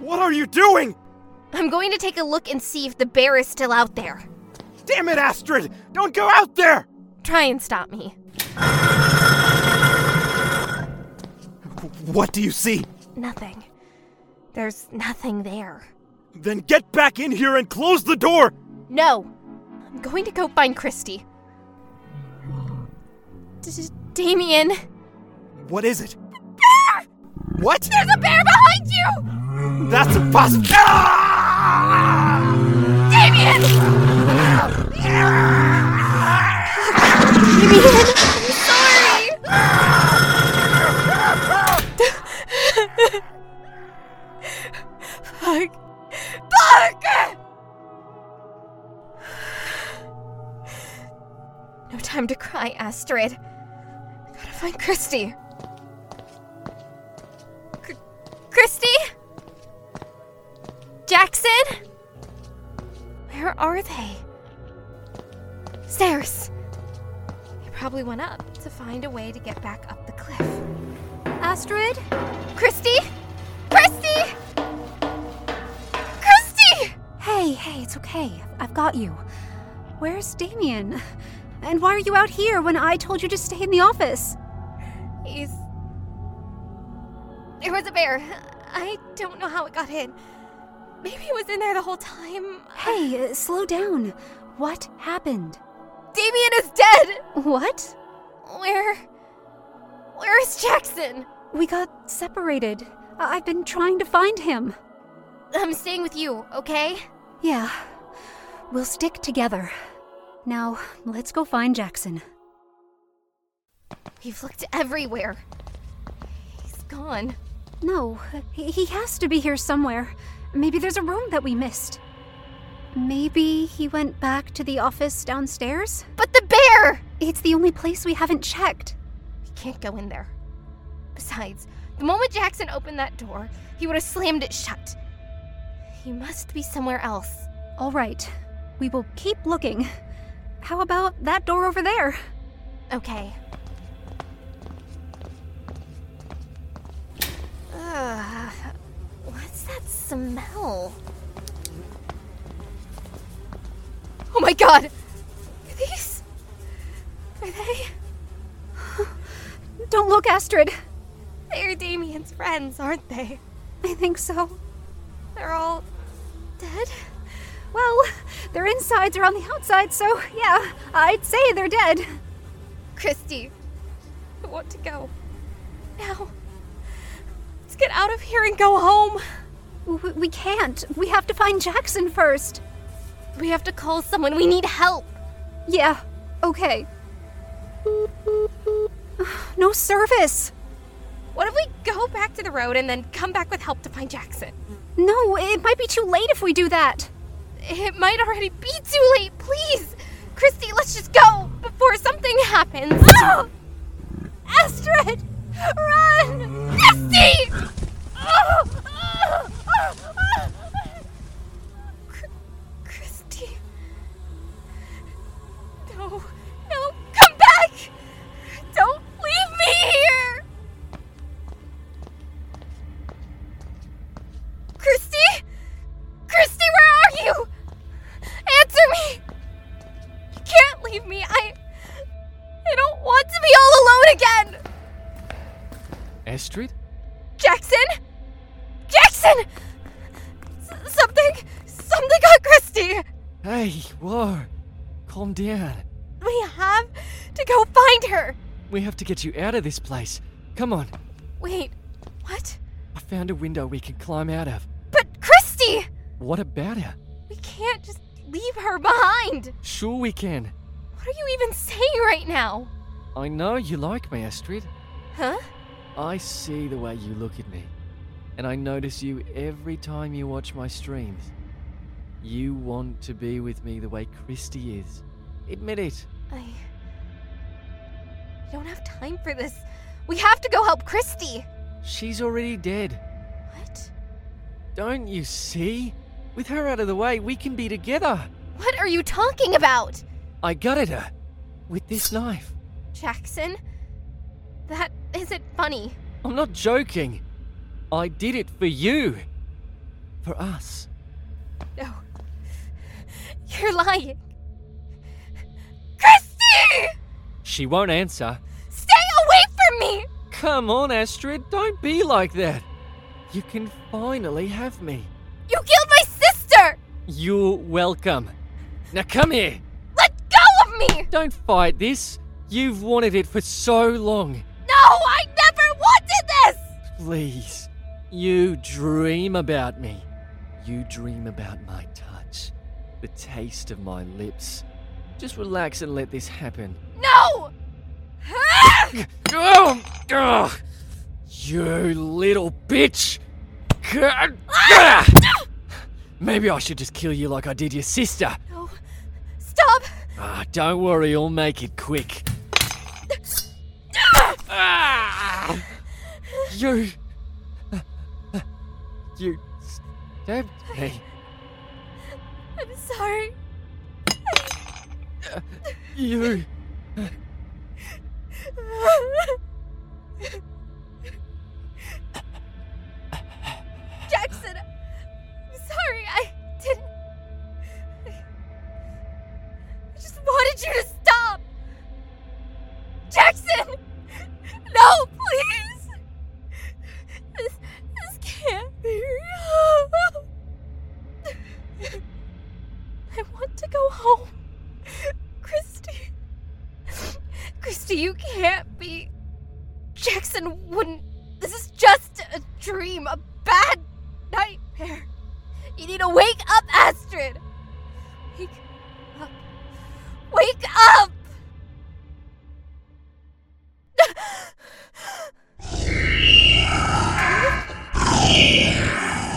Speaker 6: What are you doing?
Speaker 2: I'm going to take a look and see if the bear is still out there.
Speaker 6: Damn it, Astrid! Don't go out there!
Speaker 2: Try and stop me.
Speaker 6: What do you see?
Speaker 2: Nothing. There's nothing there.
Speaker 6: Then get back in here and close the door!
Speaker 2: No! I'm going to go find Christy. D- d- Damien!
Speaker 6: What is it? What?
Speaker 2: There's a bear behind you!
Speaker 6: That's impossible! Ah!
Speaker 2: Damien! Damien! I'm sorry! <sighs> Fuck. <sighs> Fuck! No time to cry, Astrid. Gotta find Christy. Cr- Christy? Jackson? Where are they? Stairs. They probably went up to find a way to get back up the cliff.
Speaker 4: Astrid?
Speaker 2: Christy? Christy! Christy!
Speaker 4: Hey, hey, it's okay. I've got you. Where's Damien? And why are you out here when I told you to stay in the office?
Speaker 2: He's. There was a bear. I don't know how it got in. Maybe it was in there the whole time.
Speaker 4: Hey, uh, slow down. What happened?
Speaker 2: Damien is dead!
Speaker 4: What?
Speaker 2: Where. Where is Jackson?
Speaker 4: We got separated. I- I've been trying to find him.
Speaker 2: I'm staying with you, okay?
Speaker 4: Yeah, we'll stick together. Now, let's go find Jackson.
Speaker 2: We've looked everywhere. He's gone.
Speaker 4: No, he, he has to be here somewhere. Maybe there's a room that we missed. Maybe he went back to the office downstairs?
Speaker 2: But the bear!
Speaker 4: It's the only place we haven't checked.
Speaker 2: We can't go in there. Besides, the moment Jackson opened that door, he would have slammed it shut. He must be somewhere else.
Speaker 4: All right, we will keep looking. How about that door over there?
Speaker 2: Okay. Ugh, what's that smell? Oh my god! Are these. Are they.
Speaker 4: Don't look, Astrid.
Speaker 2: They're Damien's friends, aren't they?
Speaker 4: I think so.
Speaker 2: They're all. dead?
Speaker 4: Well, their insides are on the outside, so yeah, I'd say they're dead.
Speaker 2: Christy, I want to go. Now. Let's get out of here and go home.
Speaker 4: W- we can't. We have to find Jackson first.
Speaker 2: We have to call someone. We need help.
Speaker 4: Yeah, okay. <sighs> No service.
Speaker 2: What if we go back to the road and then come back with help to find Jackson?
Speaker 4: No, it might be too late if we do that.
Speaker 2: It might already be too late. Please, Christy, let's just go before something happens. <gasps> Astrid, run, Christy! <gasps> Chr- Christy, no, no, come back! Don't leave me here, Christy. Christy, where are you? Answer me! You can't leave me. I. I don't want to be all alone again!
Speaker 3: Astrid?
Speaker 2: Jackson? Jackson! S- something. Something got Christy!
Speaker 3: Hey, whoa. Calm down.
Speaker 2: We have to go find her!
Speaker 3: We have to get you out of this place. Come on.
Speaker 2: Wait, what?
Speaker 3: I found a window we can climb out of.
Speaker 2: But Christy!
Speaker 3: What about her?
Speaker 2: We can't just leave her behind!
Speaker 3: Sure, we can.
Speaker 2: What are you even saying right now?
Speaker 3: I know you like me, Astrid.
Speaker 2: Huh?
Speaker 3: I see the way you look at me, and I notice you every time you watch my streams. You want to be with me the way Christy is. Admit it.
Speaker 2: I. I don't have time for this. We have to go help Christy!
Speaker 3: She's already dead.
Speaker 2: What?
Speaker 3: Don't you see? With her out of the way, we can be together.
Speaker 2: What are you talking about?
Speaker 3: I gutted her with this knife.
Speaker 2: Jackson? That isn't funny.
Speaker 3: I'm not joking. I did it for you. For us.
Speaker 2: No. You're lying. Christy!
Speaker 3: She won't answer.
Speaker 2: Stay away from me!
Speaker 3: Come on, Astrid, don't be like that. You can finally have me.
Speaker 2: You killed my sister!
Speaker 3: You're welcome. Now come here.
Speaker 2: Let go of me!
Speaker 3: Don't fight this. You've wanted it for so long.
Speaker 2: No, I never wanted this!
Speaker 3: Please. You dream about me. You dream about my touch, the taste of my lips. Just relax and let this happen.
Speaker 2: No! Ah!
Speaker 3: Oh, ugh. You little bitch! Gah, ah. Maybe I should just kill you like I did your sister.
Speaker 2: No. Stop!
Speaker 3: Ah, don't worry, I'll make it quick.
Speaker 2: Ah!
Speaker 3: Ah! You. You stabbed me.
Speaker 2: I'm sorry.
Speaker 3: You.
Speaker 2: Jackson, I'm sorry. I didn't. I just wanted you to stop. Jackson, no, please. This, this can't be real. I want to go home, Christy. Christy, you can't be. Jackson wouldn't. This is just a dream, a bad nightmare. You need to wake up, Astrid. Wake up. Wake up!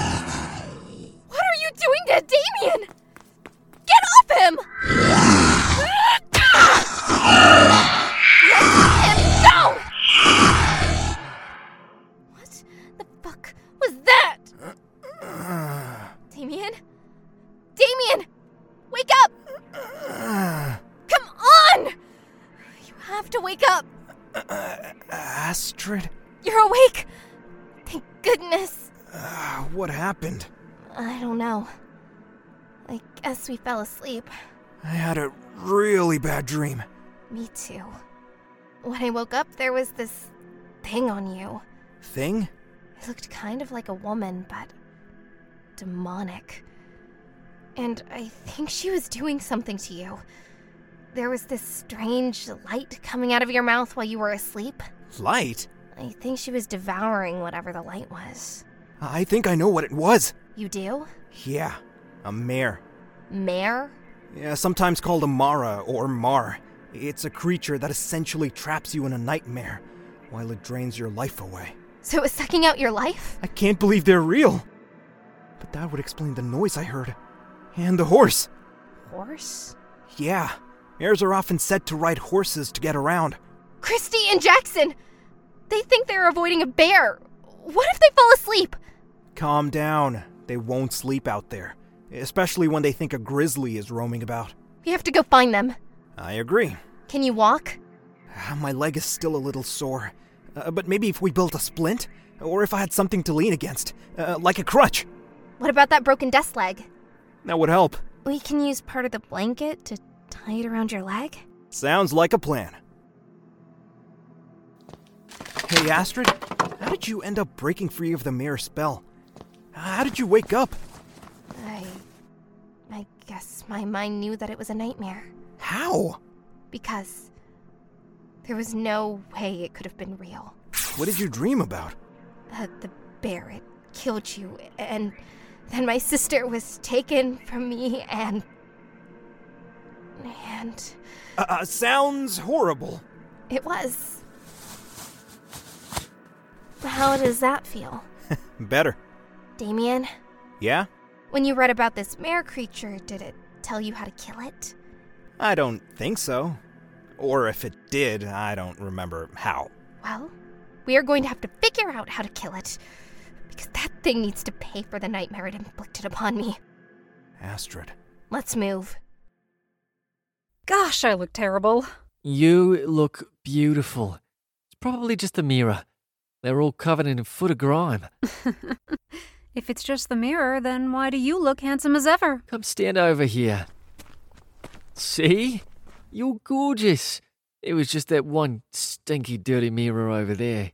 Speaker 2: What are you doing to Damien? Get off him! Let him go! What the fuck was that? Damien? Damien! Wake up! Come on! You have to wake up!
Speaker 6: Astrid?
Speaker 2: You're awake! Thank goodness!
Speaker 6: Uh, what happened?
Speaker 2: I don't know. I guess we fell asleep.
Speaker 6: I had a really bad dream.
Speaker 2: Me too. When I woke up, there was this thing on you.
Speaker 6: Thing?
Speaker 2: It looked kind of like a woman, but demonic. And I think she was doing something to you. There was this strange light coming out of your mouth while you were asleep.
Speaker 6: Light?
Speaker 2: I think she was devouring whatever the light was.
Speaker 6: I think I know what it was.
Speaker 2: You do?
Speaker 6: Yeah, a mare.
Speaker 2: Mare?
Speaker 6: Yeah, sometimes called a Mara or Mar. It's a creature that essentially traps you in a nightmare while it drains your life away.
Speaker 2: So it was sucking out your life?
Speaker 6: I can't believe they're real. But that would explain the noise I heard. And the horse.
Speaker 2: Horse?
Speaker 6: Yeah, mares are often said to ride horses to get around.
Speaker 2: Christy and Jackson! They think they're avoiding a bear. What if they fall asleep?
Speaker 6: Calm down. They won't sleep out there, especially when they think a grizzly is roaming about.
Speaker 2: We have to go find them.
Speaker 6: I agree.
Speaker 2: Can you walk?
Speaker 6: Ah, My leg is still a little sore. Uh, but maybe if we built a splint, or if I had something to lean against, uh, like a crutch,
Speaker 2: What about that broken desk leg?
Speaker 6: that would help.
Speaker 2: We can use part of the blanket to tie it around your leg.
Speaker 6: Sounds like a plan. Hey, Astrid, how did you end up breaking free of the mirror spell? How did you wake up?
Speaker 2: I. I guess my mind knew that it was a nightmare.
Speaker 6: How?
Speaker 2: Because. There was no way it could have been real.
Speaker 6: What did you dream about?
Speaker 2: Uh, the bear, it killed you, and then my sister was taken from me, and. And.
Speaker 6: Uh, uh, sounds horrible.
Speaker 2: It was. How does that feel?
Speaker 6: Better.
Speaker 2: Damien,
Speaker 6: Yeah?
Speaker 2: when you read about this mare creature, did it tell you how to kill it?
Speaker 6: I don't think so. Or if it did, I don't remember how.
Speaker 2: Well, we are going to have to figure out how to kill it. Because that thing needs to pay for the nightmare it inflicted upon me.
Speaker 6: Astrid.
Speaker 2: Let's move.
Speaker 4: Gosh, I look terrible.
Speaker 3: You look beautiful. It's probably just the mirror. They're all covered in a foot of grime.
Speaker 4: If it's just the mirror, then why do you look handsome as <laughs> ever? <sighs>
Speaker 3: Come stand over here. See? You're gorgeous. It was just that one stinky, dirty mirror over there.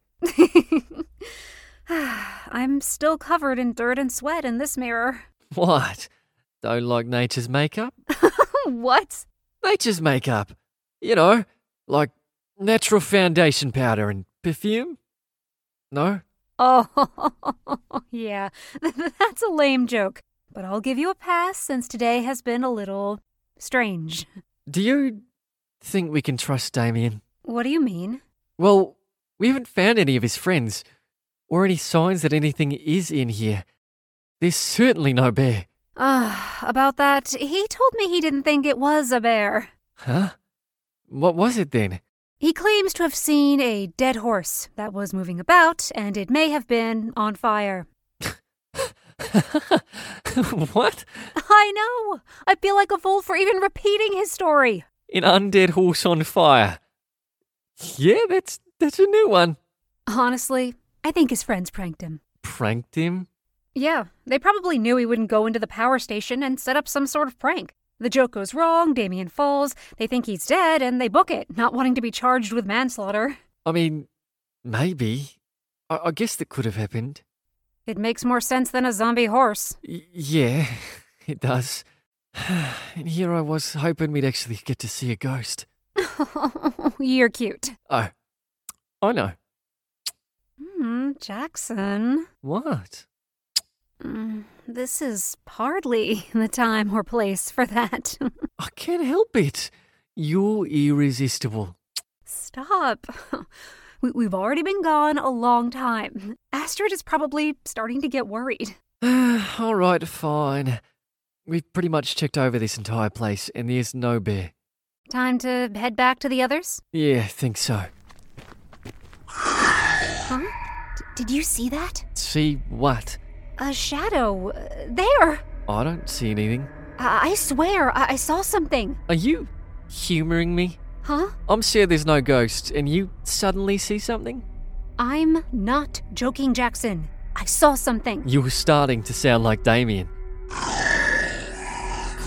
Speaker 4: I'm still covered in dirt and sweat in this mirror.
Speaker 3: What? Don't like nature's makeup?
Speaker 4: <laughs> what?
Speaker 3: Nature's makeup. You know, like natural foundation powder and perfume? No?
Speaker 4: Oh, <laughs> yeah. <laughs> That's a lame joke. But I'll give you a pass since today has been a little strange.
Speaker 3: Do you think we can trust Damien?
Speaker 4: What do you mean?
Speaker 3: Well, we haven't found any of his friends or any signs that anything is in here. There's certainly no bear.
Speaker 4: <sighs> Ah, about that, he told me he didn't think it was a bear.
Speaker 3: Huh? What was it then? <laughs>
Speaker 4: He claims to have seen a dead horse that was moving about, and it may have been on fire.
Speaker 3: what?
Speaker 4: I know! I feel like a fool for even repeating his story.
Speaker 3: An undead horse on fire. Yeah, that's that's a new one.
Speaker 4: Honestly, I think his friends pranked him.
Speaker 3: Pranked him?
Speaker 4: Yeah, they probably knew he wouldn't go into the power station and set up some sort of prank. The joke goes wrong, Damien falls, they think he's dead, and they book it, not wanting to be charged with manslaughter.
Speaker 3: I mean, maybe. I, I guess that could have happened.
Speaker 4: It makes more sense than a zombie <laughs> horse.
Speaker 3: Y- yeah, <laughs> it does. <sighs> and here I was hoping we'd actually get to see a ghost.
Speaker 4: You're cute.
Speaker 3: Oh, I know.
Speaker 4: Hmm, Jackson.
Speaker 3: What?
Speaker 4: Mm, This is hardly the time or place for that.
Speaker 3: I can't help it. You're irresistible.
Speaker 4: Stop. <laughs> We, we've already been gone a long time. Astrid is probably starting to get worried.
Speaker 3: <sighs> All right, fine. We've pretty much checked over this entire place, and there's no bear.
Speaker 4: Time to head back to the others?
Speaker 3: Yeah, think so.
Speaker 4: Huh? D- did you see that?
Speaker 3: See what?
Speaker 4: A shadow. uh, there!
Speaker 3: I don't see anything.
Speaker 4: I, I swear, I-, I saw something.
Speaker 3: Are you humouring me?
Speaker 4: Huh?
Speaker 3: I'm sure there's no ghost, and you suddenly see something?
Speaker 4: I'm not joking, Jackson. I saw something.
Speaker 3: You were starting to sound like Damien.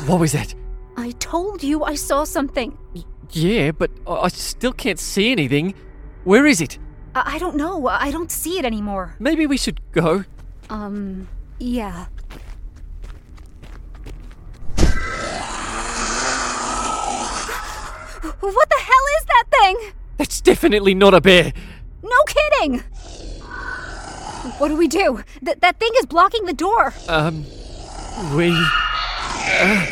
Speaker 3: What was that?
Speaker 4: I told you I saw something.
Speaker 3: Yeah, but I I still can't see anything. Where is it?
Speaker 4: I, I don't know. I I don't see it anymore.
Speaker 3: Maybe we should go.
Speaker 4: Um, yeah. What the hell is that thing?
Speaker 3: That's definitely not a bear.
Speaker 4: No kidding! What do we do? Th- that thing is blocking the door.
Speaker 3: Um, we. uh,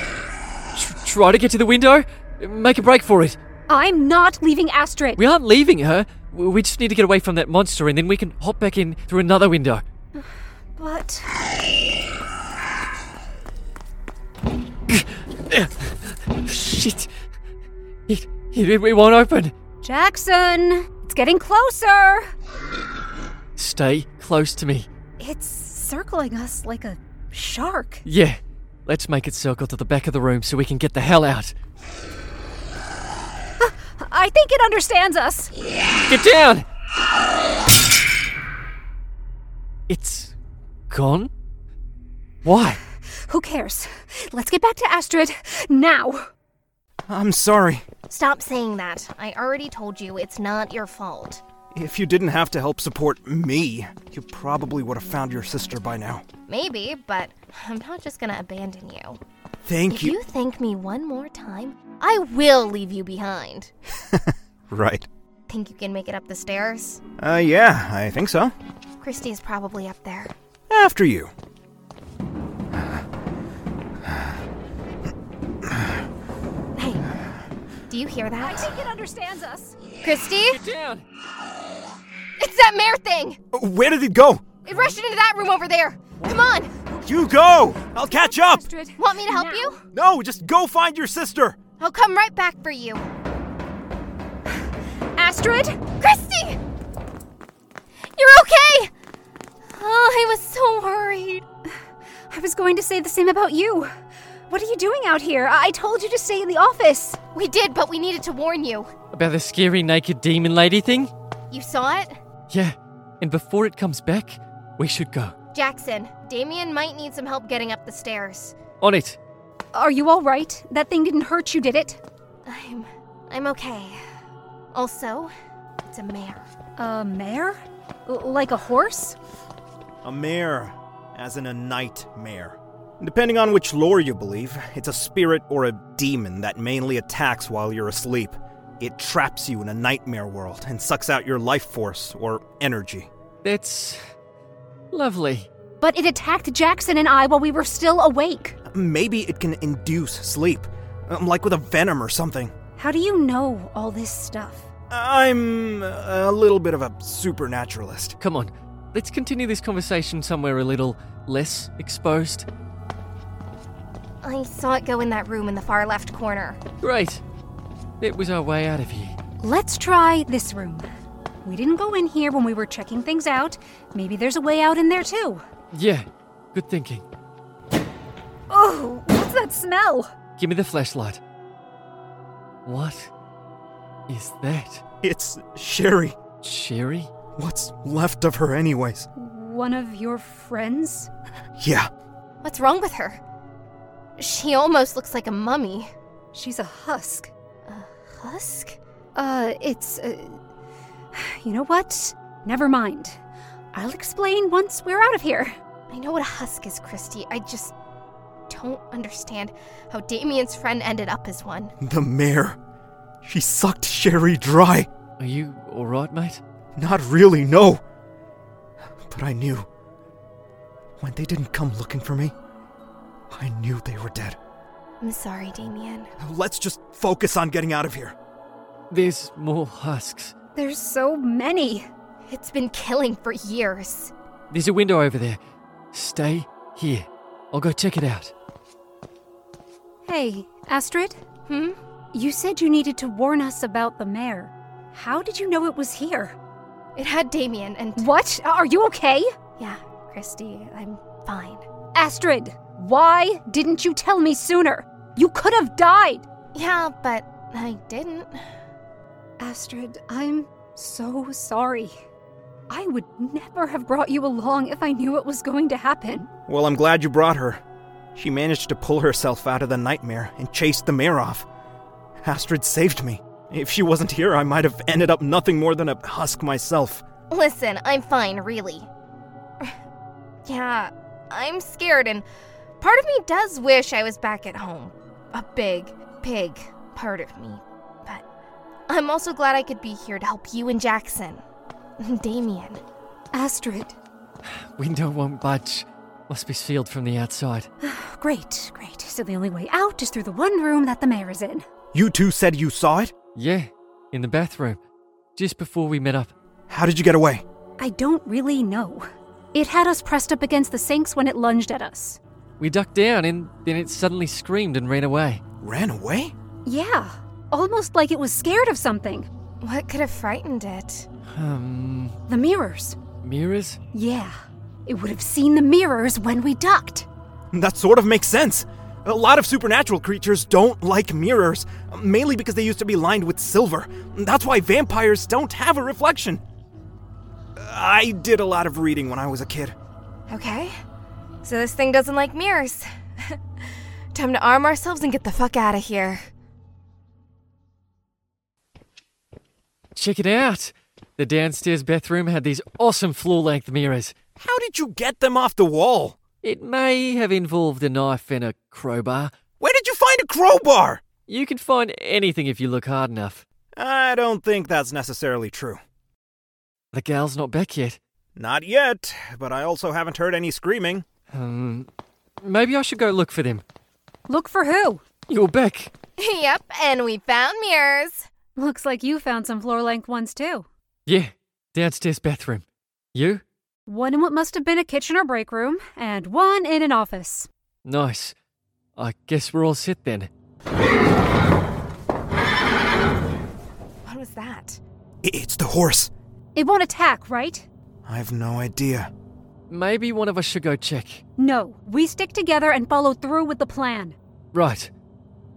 Speaker 3: tr- try to get to the window? Make a break for it.
Speaker 4: I'm not leaving Astrid.
Speaker 3: We aren't leaving her. W- We just need to get away from that monster and then we can hop back in through another window.
Speaker 4: But
Speaker 3: Shit. It, it, it won't open.
Speaker 4: Jackson, it's getting closer.
Speaker 3: Stay close to me.
Speaker 4: It's circling us like a shark.
Speaker 3: Yeah. Let's make it circle to the back of the room so we can get the hell out.
Speaker 4: I think it understands us.
Speaker 3: Get down! It's gone? Why?
Speaker 4: Who cares? Let's get back to Astrid now.
Speaker 6: I'm sorry.
Speaker 2: Stop saying that. I already told you it's not your fault.
Speaker 6: If you didn't have to help support me, you probably would have found your sister by now.
Speaker 2: Maybe, but I'm not just gonna abandon you.
Speaker 6: Thank
Speaker 2: if you thank me one more time, I will leave you behind.
Speaker 6: Right.
Speaker 2: Think you can make it up the stairs?
Speaker 6: Uh, yeah, I think so.
Speaker 2: Christy's probably up there.
Speaker 6: After you.
Speaker 2: Hey, do you hear
Speaker 4: I
Speaker 2: that?
Speaker 4: think it understands us.
Speaker 2: Christy?
Speaker 3: Down!
Speaker 2: It's that mare thing!
Speaker 6: Where did it go?
Speaker 2: It rushed into that room over there! Come on!
Speaker 6: You go! I'll catch up!
Speaker 4: Astrid,
Speaker 2: Want me to help
Speaker 4: now.
Speaker 2: you?
Speaker 6: No, just go find your sister!
Speaker 2: I'll come right back for you.
Speaker 4: Astrid?
Speaker 2: Christy! You're okay! Oh, I was so worried.
Speaker 4: I was going to say the same about you. What are you doing out here? I I told you to stay in the office.
Speaker 2: We did, but we needed to warn you.
Speaker 3: About the scary naked demon lady thing?
Speaker 2: You saw it?
Speaker 3: Yeah, and before it comes back, we should go.
Speaker 2: Jackson, Damien might need some help getting up the stairs.
Speaker 3: On it.
Speaker 4: Are you all right? That thing didn't hurt you, did it?
Speaker 2: I'm. I'm okay. Also, it's a mare.
Speaker 4: A mare? L- like a horse?
Speaker 6: A mare, as in a nightmare. Depending on which lore you believe, it's a spirit or a demon that mainly attacks while you're asleep. It traps you in a nightmare world and sucks out your life force or energy.
Speaker 3: That's lovely.
Speaker 4: But it attacked Jackson and I while we were still awake.
Speaker 6: Maybe it can induce sleep, um, like with a venom or something.
Speaker 4: How do you know all this stuff?
Speaker 6: I'm a little bit of a supernaturalist.
Speaker 3: Come on, let's continue this conversation somewhere a little less exposed.
Speaker 2: I saw it go in that room in the far left corner.
Speaker 3: Great. It was our way out of here.
Speaker 4: Let's try this room. We didn't go in here when we were checking things out. Maybe there's a way out in there too.
Speaker 3: Yeah, good thinking.
Speaker 4: Oh, what's that smell?
Speaker 3: Give me the flashlight. What is that?
Speaker 6: It's Sherry.
Speaker 3: Sherry?
Speaker 6: What's left of her, anyways?
Speaker 4: One of your friends?
Speaker 6: Yeah.
Speaker 2: What's wrong with her? She almost looks like a mummy.
Speaker 4: She's a husk.
Speaker 2: Husk?
Speaker 4: Uh, it's. Uh, you know what? Never mind. I'll explain once we're out of here.
Speaker 2: I know what a husk is, Christy. I just don't understand how Damien's friend ended up as one.
Speaker 6: The mayor. She sucked Sherry dry.
Speaker 3: Are you alright, mate?
Speaker 6: Not really, no. But I knew. When they didn't come looking for me, I knew they were dead.
Speaker 2: I'm sorry, Damien.
Speaker 6: Let's just focus on getting out of here.
Speaker 3: There's more husks.
Speaker 4: There's so many.
Speaker 2: It's been killing for years.
Speaker 3: There's a window over there. Stay here. I'll go check it out.
Speaker 4: Hey, Astrid,
Speaker 2: Hmm?
Speaker 4: you said you needed to warn us about the mayor. How did you know it was here?
Speaker 2: It had Damien and.
Speaker 4: What? Are you okay?
Speaker 2: Yeah, Christy, I'm fine.
Speaker 4: Astrid, why didn't you tell me sooner? You could have died!
Speaker 2: Yeah, but I didn't.
Speaker 4: Astrid, I'm so sorry. I would never have brought you along if I knew it was going to happen.
Speaker 6: Well, I'm glad you brought her. She managed to pull herself out of the nightmare and chased the mayor off. Astrid saved me. If she wasn't here, I might have ended up nothing more than a husk myself.
Speaker 2: Listen, I'm fine, really. <sighs> yeah, I'm scared, and part of me does wish I was back at home. A big, big part of me. But I'm also glad I could be here to help you and Jackson. <laughs> Damien.
Speaker 4: Astrid,
Speaker 3: Window won't budge. Must be sealed from the outside.
Speaker 4: great, great. So the only way out is through the one room that the mayor is in.
Speaker 6: You two said you saw it?
Speaker 3: Yeah, in the bathroom. Just before we met up.
Speaker 6: How did you get away?
Speaker 4: I don't really know. It had us pressed up against the sinks when it lunged at us.
Speaker 3: We ducked down and then it suddenly screamed and ran away.
Speaker 6: Ran away?
Speaker 4: Yeah, almost like it was scared of something.
Speaker 2: What could have frightened it?
Speaker 3: Um,
Speaker 4: The mirrors.
Speaker 3: mirrors?
Speaker 4: Yeah, it would have seen the mirrors when we ducked.
Speaker 6: That sort of makes sense. A lot of supernatural creatures don't like mirrors, mainly because they used to be lined with silver. That's why vampires don't have a reflection. I did a lot of reading when I was a kid.
Speaker 2: Okay. So this thing doesn't like mirrors. <laughs> Time to arm ourselves and get the fuck out of here. <laughs>
Speaker 3: Check it out! The downstairs bathroom had these awesome floor length mirrors.
Speaker 6: How did you get them off the wall?
Speaker 3: It may have involved a knife and a crowbar.
Speaker 6: Where did you find a crowbar?
Speaker 3: You can find anything if you look hard enough.
Speaker 6: I don't think that's necessarily true.
Speaker 3: The gal's not back yet.
Speaker 6: Not yet, but I also haven't heard any screaming.
Speaker 3: Um, maybe I should go look for them.
Speaker 4: Look for who?
Speaker 3: You're back.
Speaker 2: yep, and we found mirrors.
Speaker 4: Looks like you found some floor length ones too.
Speaker 3: Yeah, downstairs bathroom. You?
Speaker 4: One in what must have been a kitchen or break room, and one in an office.
Speaker 3: Nice. I guess we're all set then.
Speaker 2: What was that?
Speaker 6: It's the horse.
Speaker 4: It won't attack, right?
Speaker 6: I have no idea.
Speaker 3: Maybe one of us should go check.
Speaker 4: No, we stick together and follow through with the plan.
Speaker 3: Right.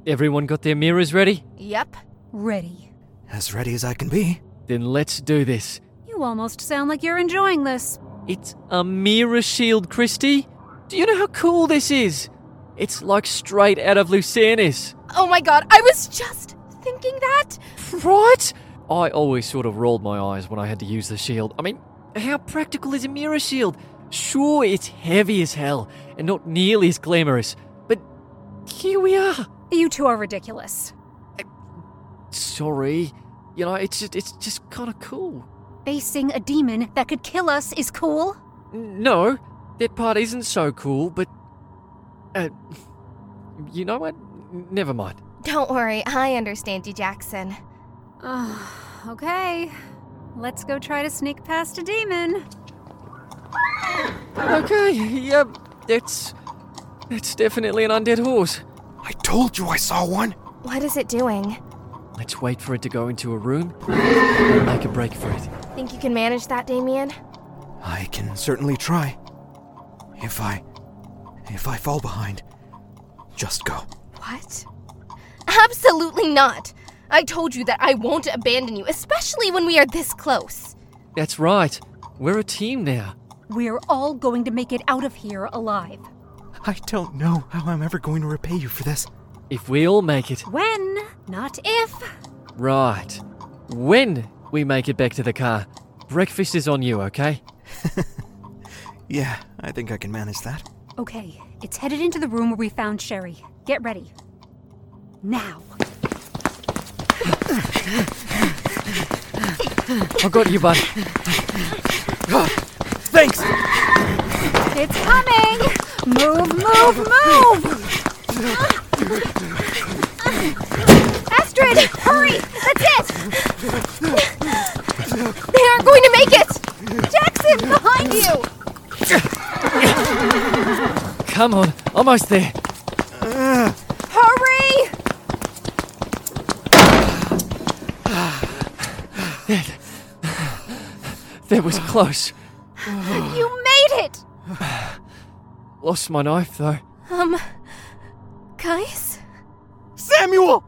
Speaker 3: Everyone got their mirrors ready?
Speaker 2: Yep.
Speaker 4: Ready.
Speaker 6: As ready as I can be.
Speaker 3: Then let's do this.
Speaker 4: You almost sound like you're enjoying this.
Speaker 3: It's a mirror shield, Christy. Do you know how cool this is? It's like straight out of Lucernis.
Speaker 2: Oh my god, I was just thinking that.
Speaker 3: Right? I always sort of rolled my eyes when I had to use the shield. I mean, how practical is a mirror shield? Sure, it's heavy as hell and not nearly as glamorous, but here we are.
Speaker 4: You two are ridiculous.
Speaker 3: Sorry. You know, it's just, it's just kind of cool.
Speaker 4: Facing a demon that could kill us is cool.
Speaker 3: N- No, that part isn't so cool, but. Uh, you know what? Never mind.
Speaker 2: Don't worry, I understand you, Jackson.
Speaker 4: Ugh, okay. Let's go try to sneak past a demon.
Speaker 3: Okay, yep, that's. That's definitely an undead horse.
Speaker 6: I told you I saw one.
Speaker 2: What is it doing?
Speaker 3: Let's wait for it to go into a room and make a break for it.
Speaker 2: Think you can manage that, Damien?
Speaker 6: I can certainly try. If I. if I fall behind, just go.
Speaker 2: What? Absolutely not! I told you that I won't abandon you, especially when we are this close.
Speaker 3: That's right, we're a team now.
Speaker 4: We're all going to make it out of here alive.
Speaker 6: I don't know how I'm ever going to repay you for this.
Speaker 3: If we all make it,
Speaker 4: When, not if.
Speaker 3: right. When we make it back to the car, breakfast is on you, okay?
Speaker 6: Yeah, I think I can manage that.
Speaker 4: Okay, it's headed into the room where we found Sherry. Get ready. Now.
Speaker 3: I got you, bud.
Speaker 6: Thanks!
Speaker 4: It's coming! Move, move, move!
Speaker 2: Astrid, hurry! That's it! They aren't going to make it! Jackson, behind you!
Speaker 3: Come on, almost there.
Speaker 2: Hurry!
Speaker 3: That was close.
Speaker 2: You made it!
Speaker 3: Lost my knife, though.
Speaker 2: Um, guys?
Speaker 6: Samuel!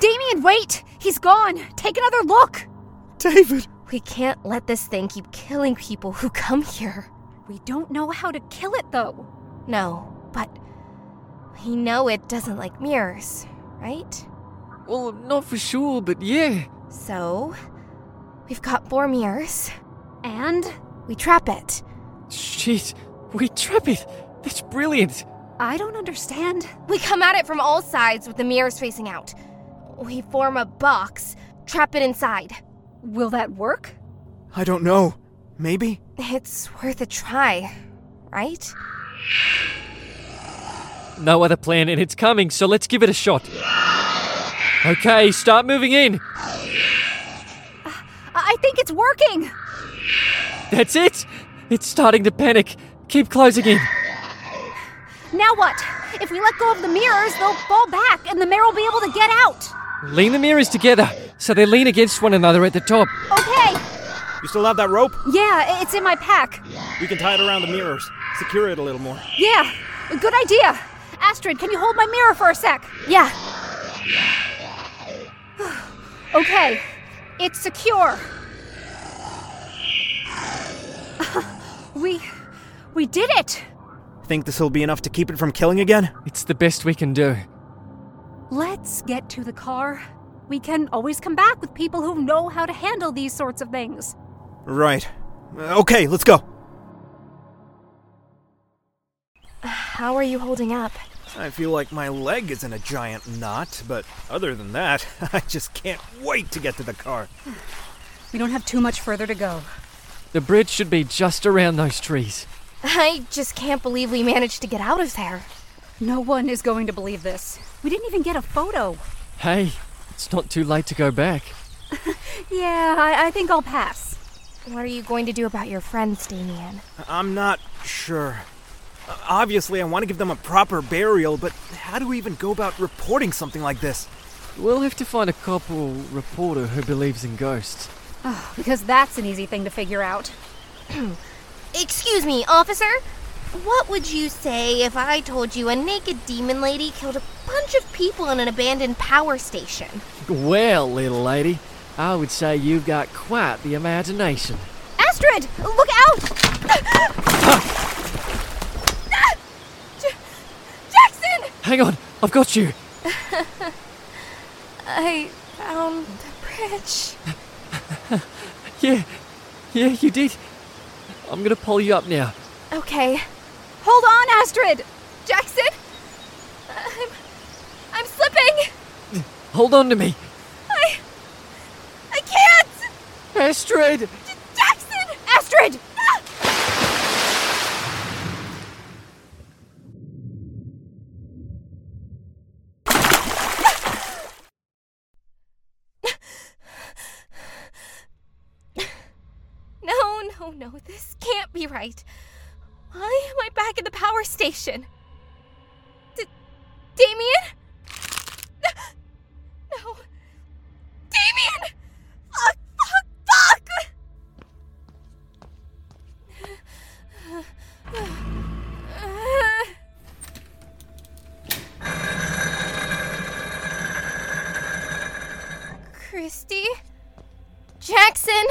Speaker 4: Damien, wait! He's gone! Take another look!
Speaker 6: David!
Speaker 2: We can't let this thing keep killing people who come here.
Speaker 4: We don't know how to kill it, though.
Speaker 2: No, but we know it doesn't like mirrors, right?
Speaker 3: Well, not for sure, but yeah.
Speaker 2: So, we've got four mirrors.
Speaker 4: And
Speaker 2: We trap it.
Speaker 3: Shit, we trap it. That's brilliant.
Speaker 4: I don't understand.
Speaker 2: We come at it from all sides with the mirrors facing out. We form a box, trap it inside.
Speaker 4: Will that work?
Speaker 6: I don't know. Maybe?
Speaker 2: It's worth a try, right?
Speaker 3: No other plan, and it's coming, so let's give it a shot. Okay, start moving in.
Speaker 4: I I think it's working!
Speaker 3: That's it. It's starting to panic. Keep closing in.
Speaker 4: Now what? If we let go of the mirrors, they'll fall back and the mare will be able to get out!
Speaker 3: Lean the mirrors together so they lean against one another at the top.
Speaker 4: Okay!
Speaker 6: You still have that rope?
Speaker 4: Yeah, i- it's in my pack.
Speaker 6: We can tie it around the mirrors, secure it a little more.
Speaker 4: Yeah, good idea! Astrid, can you hold my mirror for a sec?
Speaker 2: Yeah,
Speaker 4: <sighs> Okay, it's secure. <laughs> we. we did it!
Speaker 6: Think this'll be enough to keep it from killing again?
Speaker 3: It's the best we can do.
Speaker 4: Let's get to the car. We can always come back with people who know how to handle these sorts of things.
Speaker 6: Right. Uh, Okay, let's go.
Speaker 2: how are you holding up? <laughs>
Speaker 6: I feel like my leg is in a giant knot, but other than that, <laughs> I just can't wait to get to the car.
Speaker 4: We don't have too much further to go.
Speaker 3: The bridge should be just around those trees.
Speaker 2: I just can't believe we managed to get out of there.
Speaker 4: No one is going to believe this. We didn't even get a photo.
Speaker 3: Hey, it's not too late to go back.
Speaker 4: Yeah, I, I think I'll pass. <sighs>
Speaker 2: What are you going to do about your friends, Damien?
Speaker 6: I'm not sure. Uh, Obviously, I want to give them a proper burial, but how do we even go about reporting something like this?
Speaker 3: We'll have to find a cop or reporter who believes in ghosts.
Speaker 4: Because that's an easy thing to figure out.
Speaker 2: Excuse me, officer. What would you say if I told you a naked demon lady killed a bunch of people in an abandoned power station?
Speaker 3: Well, little lady, I would say you've got quite the imagination.
Speaker 2: Astrid, look out! J- <gasps> Jackson!
Speaker 3: Hang on, I've got you.
Speaker 2: I found the bridge.
Speaker 3: Yeah, yeah, you did. I'm gonna pull you up now.
Speaker 2: Okay. Hold on, Astrid! Jackson! I'm, I'm slipping!
Speaker 3: Hold on to me.
Speaker 2: I. I can't!
Speaker 3: Astrid!
Speaker 2: J- Jackson! Astrid! No, no, no, this can't be right. Why am I back at the power station? D- Damien? No. Damien! Fuck, fuck, fuck! Christy? Jackson?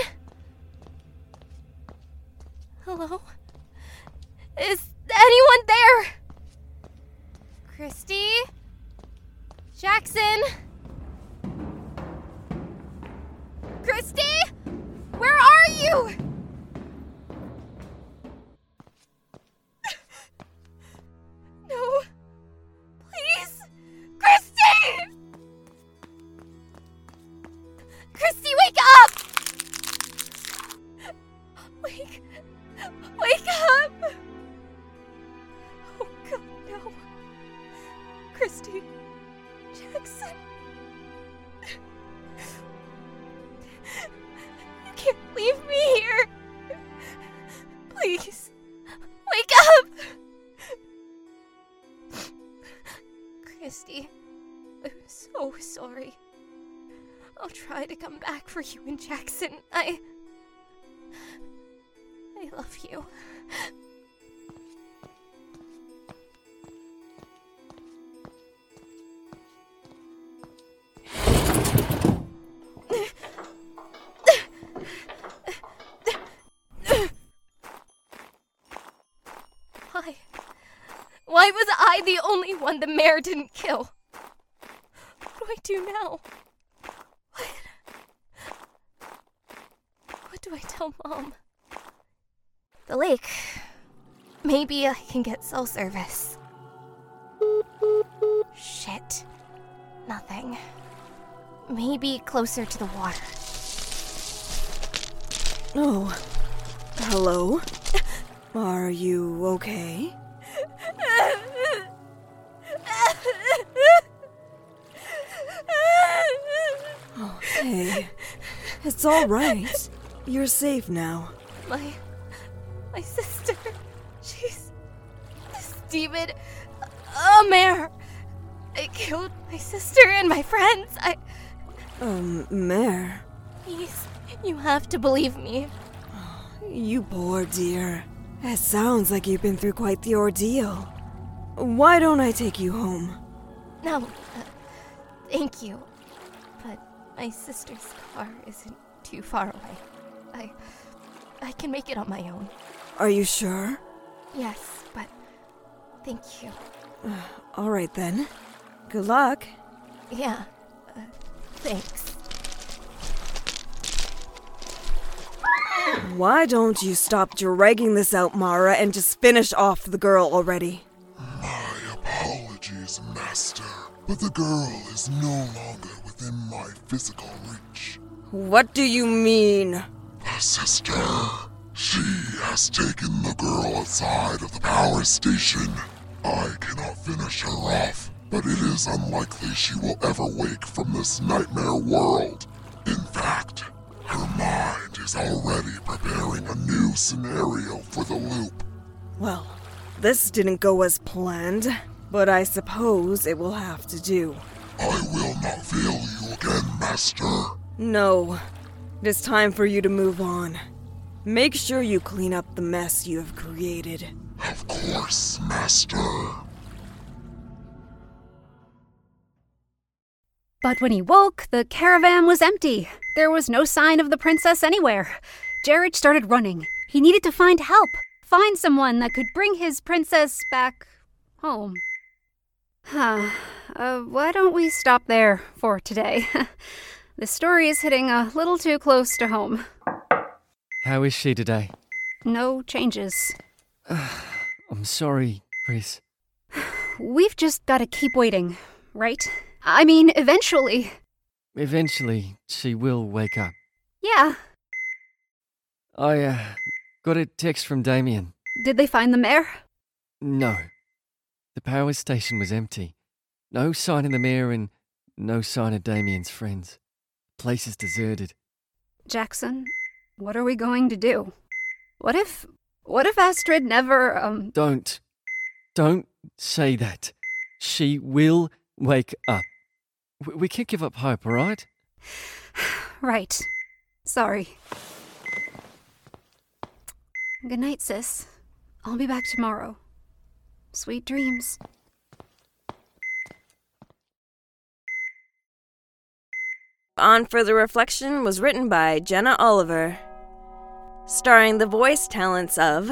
Speaker 2: Hello? Is anyone there? Christy? Jackson? Christy? Where are you? <laughs> No. Please. Christy! Christy, wake up! Wake. Wake up! Oh, God, no. Christy. Jackson. You can't leave me here. Please. Wake up! Christy, I'm so sorry. I'll try to come back for you and Jackson. I. I love you. Why? Why was I the only one the mayor didn't kill? What do I do now? What? What do I tell mom? The lake. Maybe I can get cell service. Shit. Nothing. Maybe closer to the water. <laughs>
Speaker 1: Oh. Hello? Are you okay? Hey. It's all right. You're safe now.
Speaker 2: My my sister. She's this demon a mare. It killed my sister and my friends. I
Speaker 1: Um, Mare.
Speaker 2: please you have to believe me.
Speaker 1: You poor dear. It sounds like you've been through quite the ordeal. Why don't I take you home?
Speaker 2: No. Uh, thank you. But my sister's car isn't too far away. I I can make it on my own.
Speaker 1: Are you sure?
Speaker 2: Yes, but thank you.
Speaker 1: All right then. Good luck.
Speaker 2: Yeah. Uh, thanks.
Speaker 1: Why don't you stop dragging this out, Mara, and just finish off the girl already?
Speaker 7: My apologies, Master, but the girl is no longer within my physical reach.
Speaker 1: What do you mean?
Speaker 7: Her sister, she has taken the girl outside of the power station. I cannot finish her off, but it is unlikely she will ever wake from this nightmare world. In fact, her mind is already preparing a new scenario for the loop.
Speaker 1: Well, this didn't go as planned, but I suppose it will have to do.
Speaker 7: I will not fail you again, Master.
Speaker 1: No. It is time for you to move on. Make sure you clean up the mess you have created.
Speaker 7: Of course, Master.
Speaker 4: But when he woke, the caravan was empty. There was no sign of the princess anywhere. Jared started running. He needed to find help, find someone that could bring his princess back home. Huh. Uh, why don't we stop there for today? <laughs> the story is hitting a little too close to home.
Speaker 3: How is she today?
Speaker 4: No changes.
Speaker 3: I'm sorry, Chris.
Speaker 4: We've just gotta keep waiting, right? I mean, eventually.
Speaker 3: Eventually, she will wake up.
Speaker 4: Yeah.
Speaker 3: I uh, got a text from Damien.
Speaker 4: Did they find the mare?
Speaker 3: No. The power station was empty. No sign of the mayor and no sign of Damien's friends. Place is deserted.
Speaker 4: Jackson, what are we going to do? What if. What if Astrid never, um.
Speaker 3: Don't. Don't say that. She will wake up. W- We can't give up hope, all right?
Speaker 4: Right. Sorry. Good night, sis. I'll be back tomorrow. Sweet dreams.
Speaker 1: On Further Reflection was written by Jenna Oliver, starring the voice talents of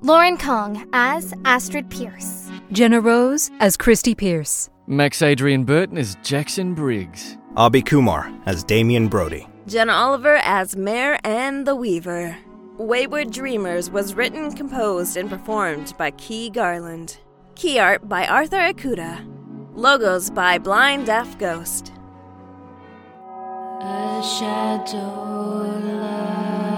Speaker 2: Lauren Kong as Astrid Pierce.
Speaker 4: Jenna Rose as Christy Pierce.
Speaker 3: Max Adrian Burton is Jackson Briggs.
Speaker 6: Abhi Kumar as Damien Brody.
Speaker 1: Jenna Oliver as Mare and the Weaver. Wayward Dreamers was written, composed, and performed by Key Garland. Key art by Arthur Akuda. Logos by Blind Deaf Ghost.
Speaker 5: A shadow lies.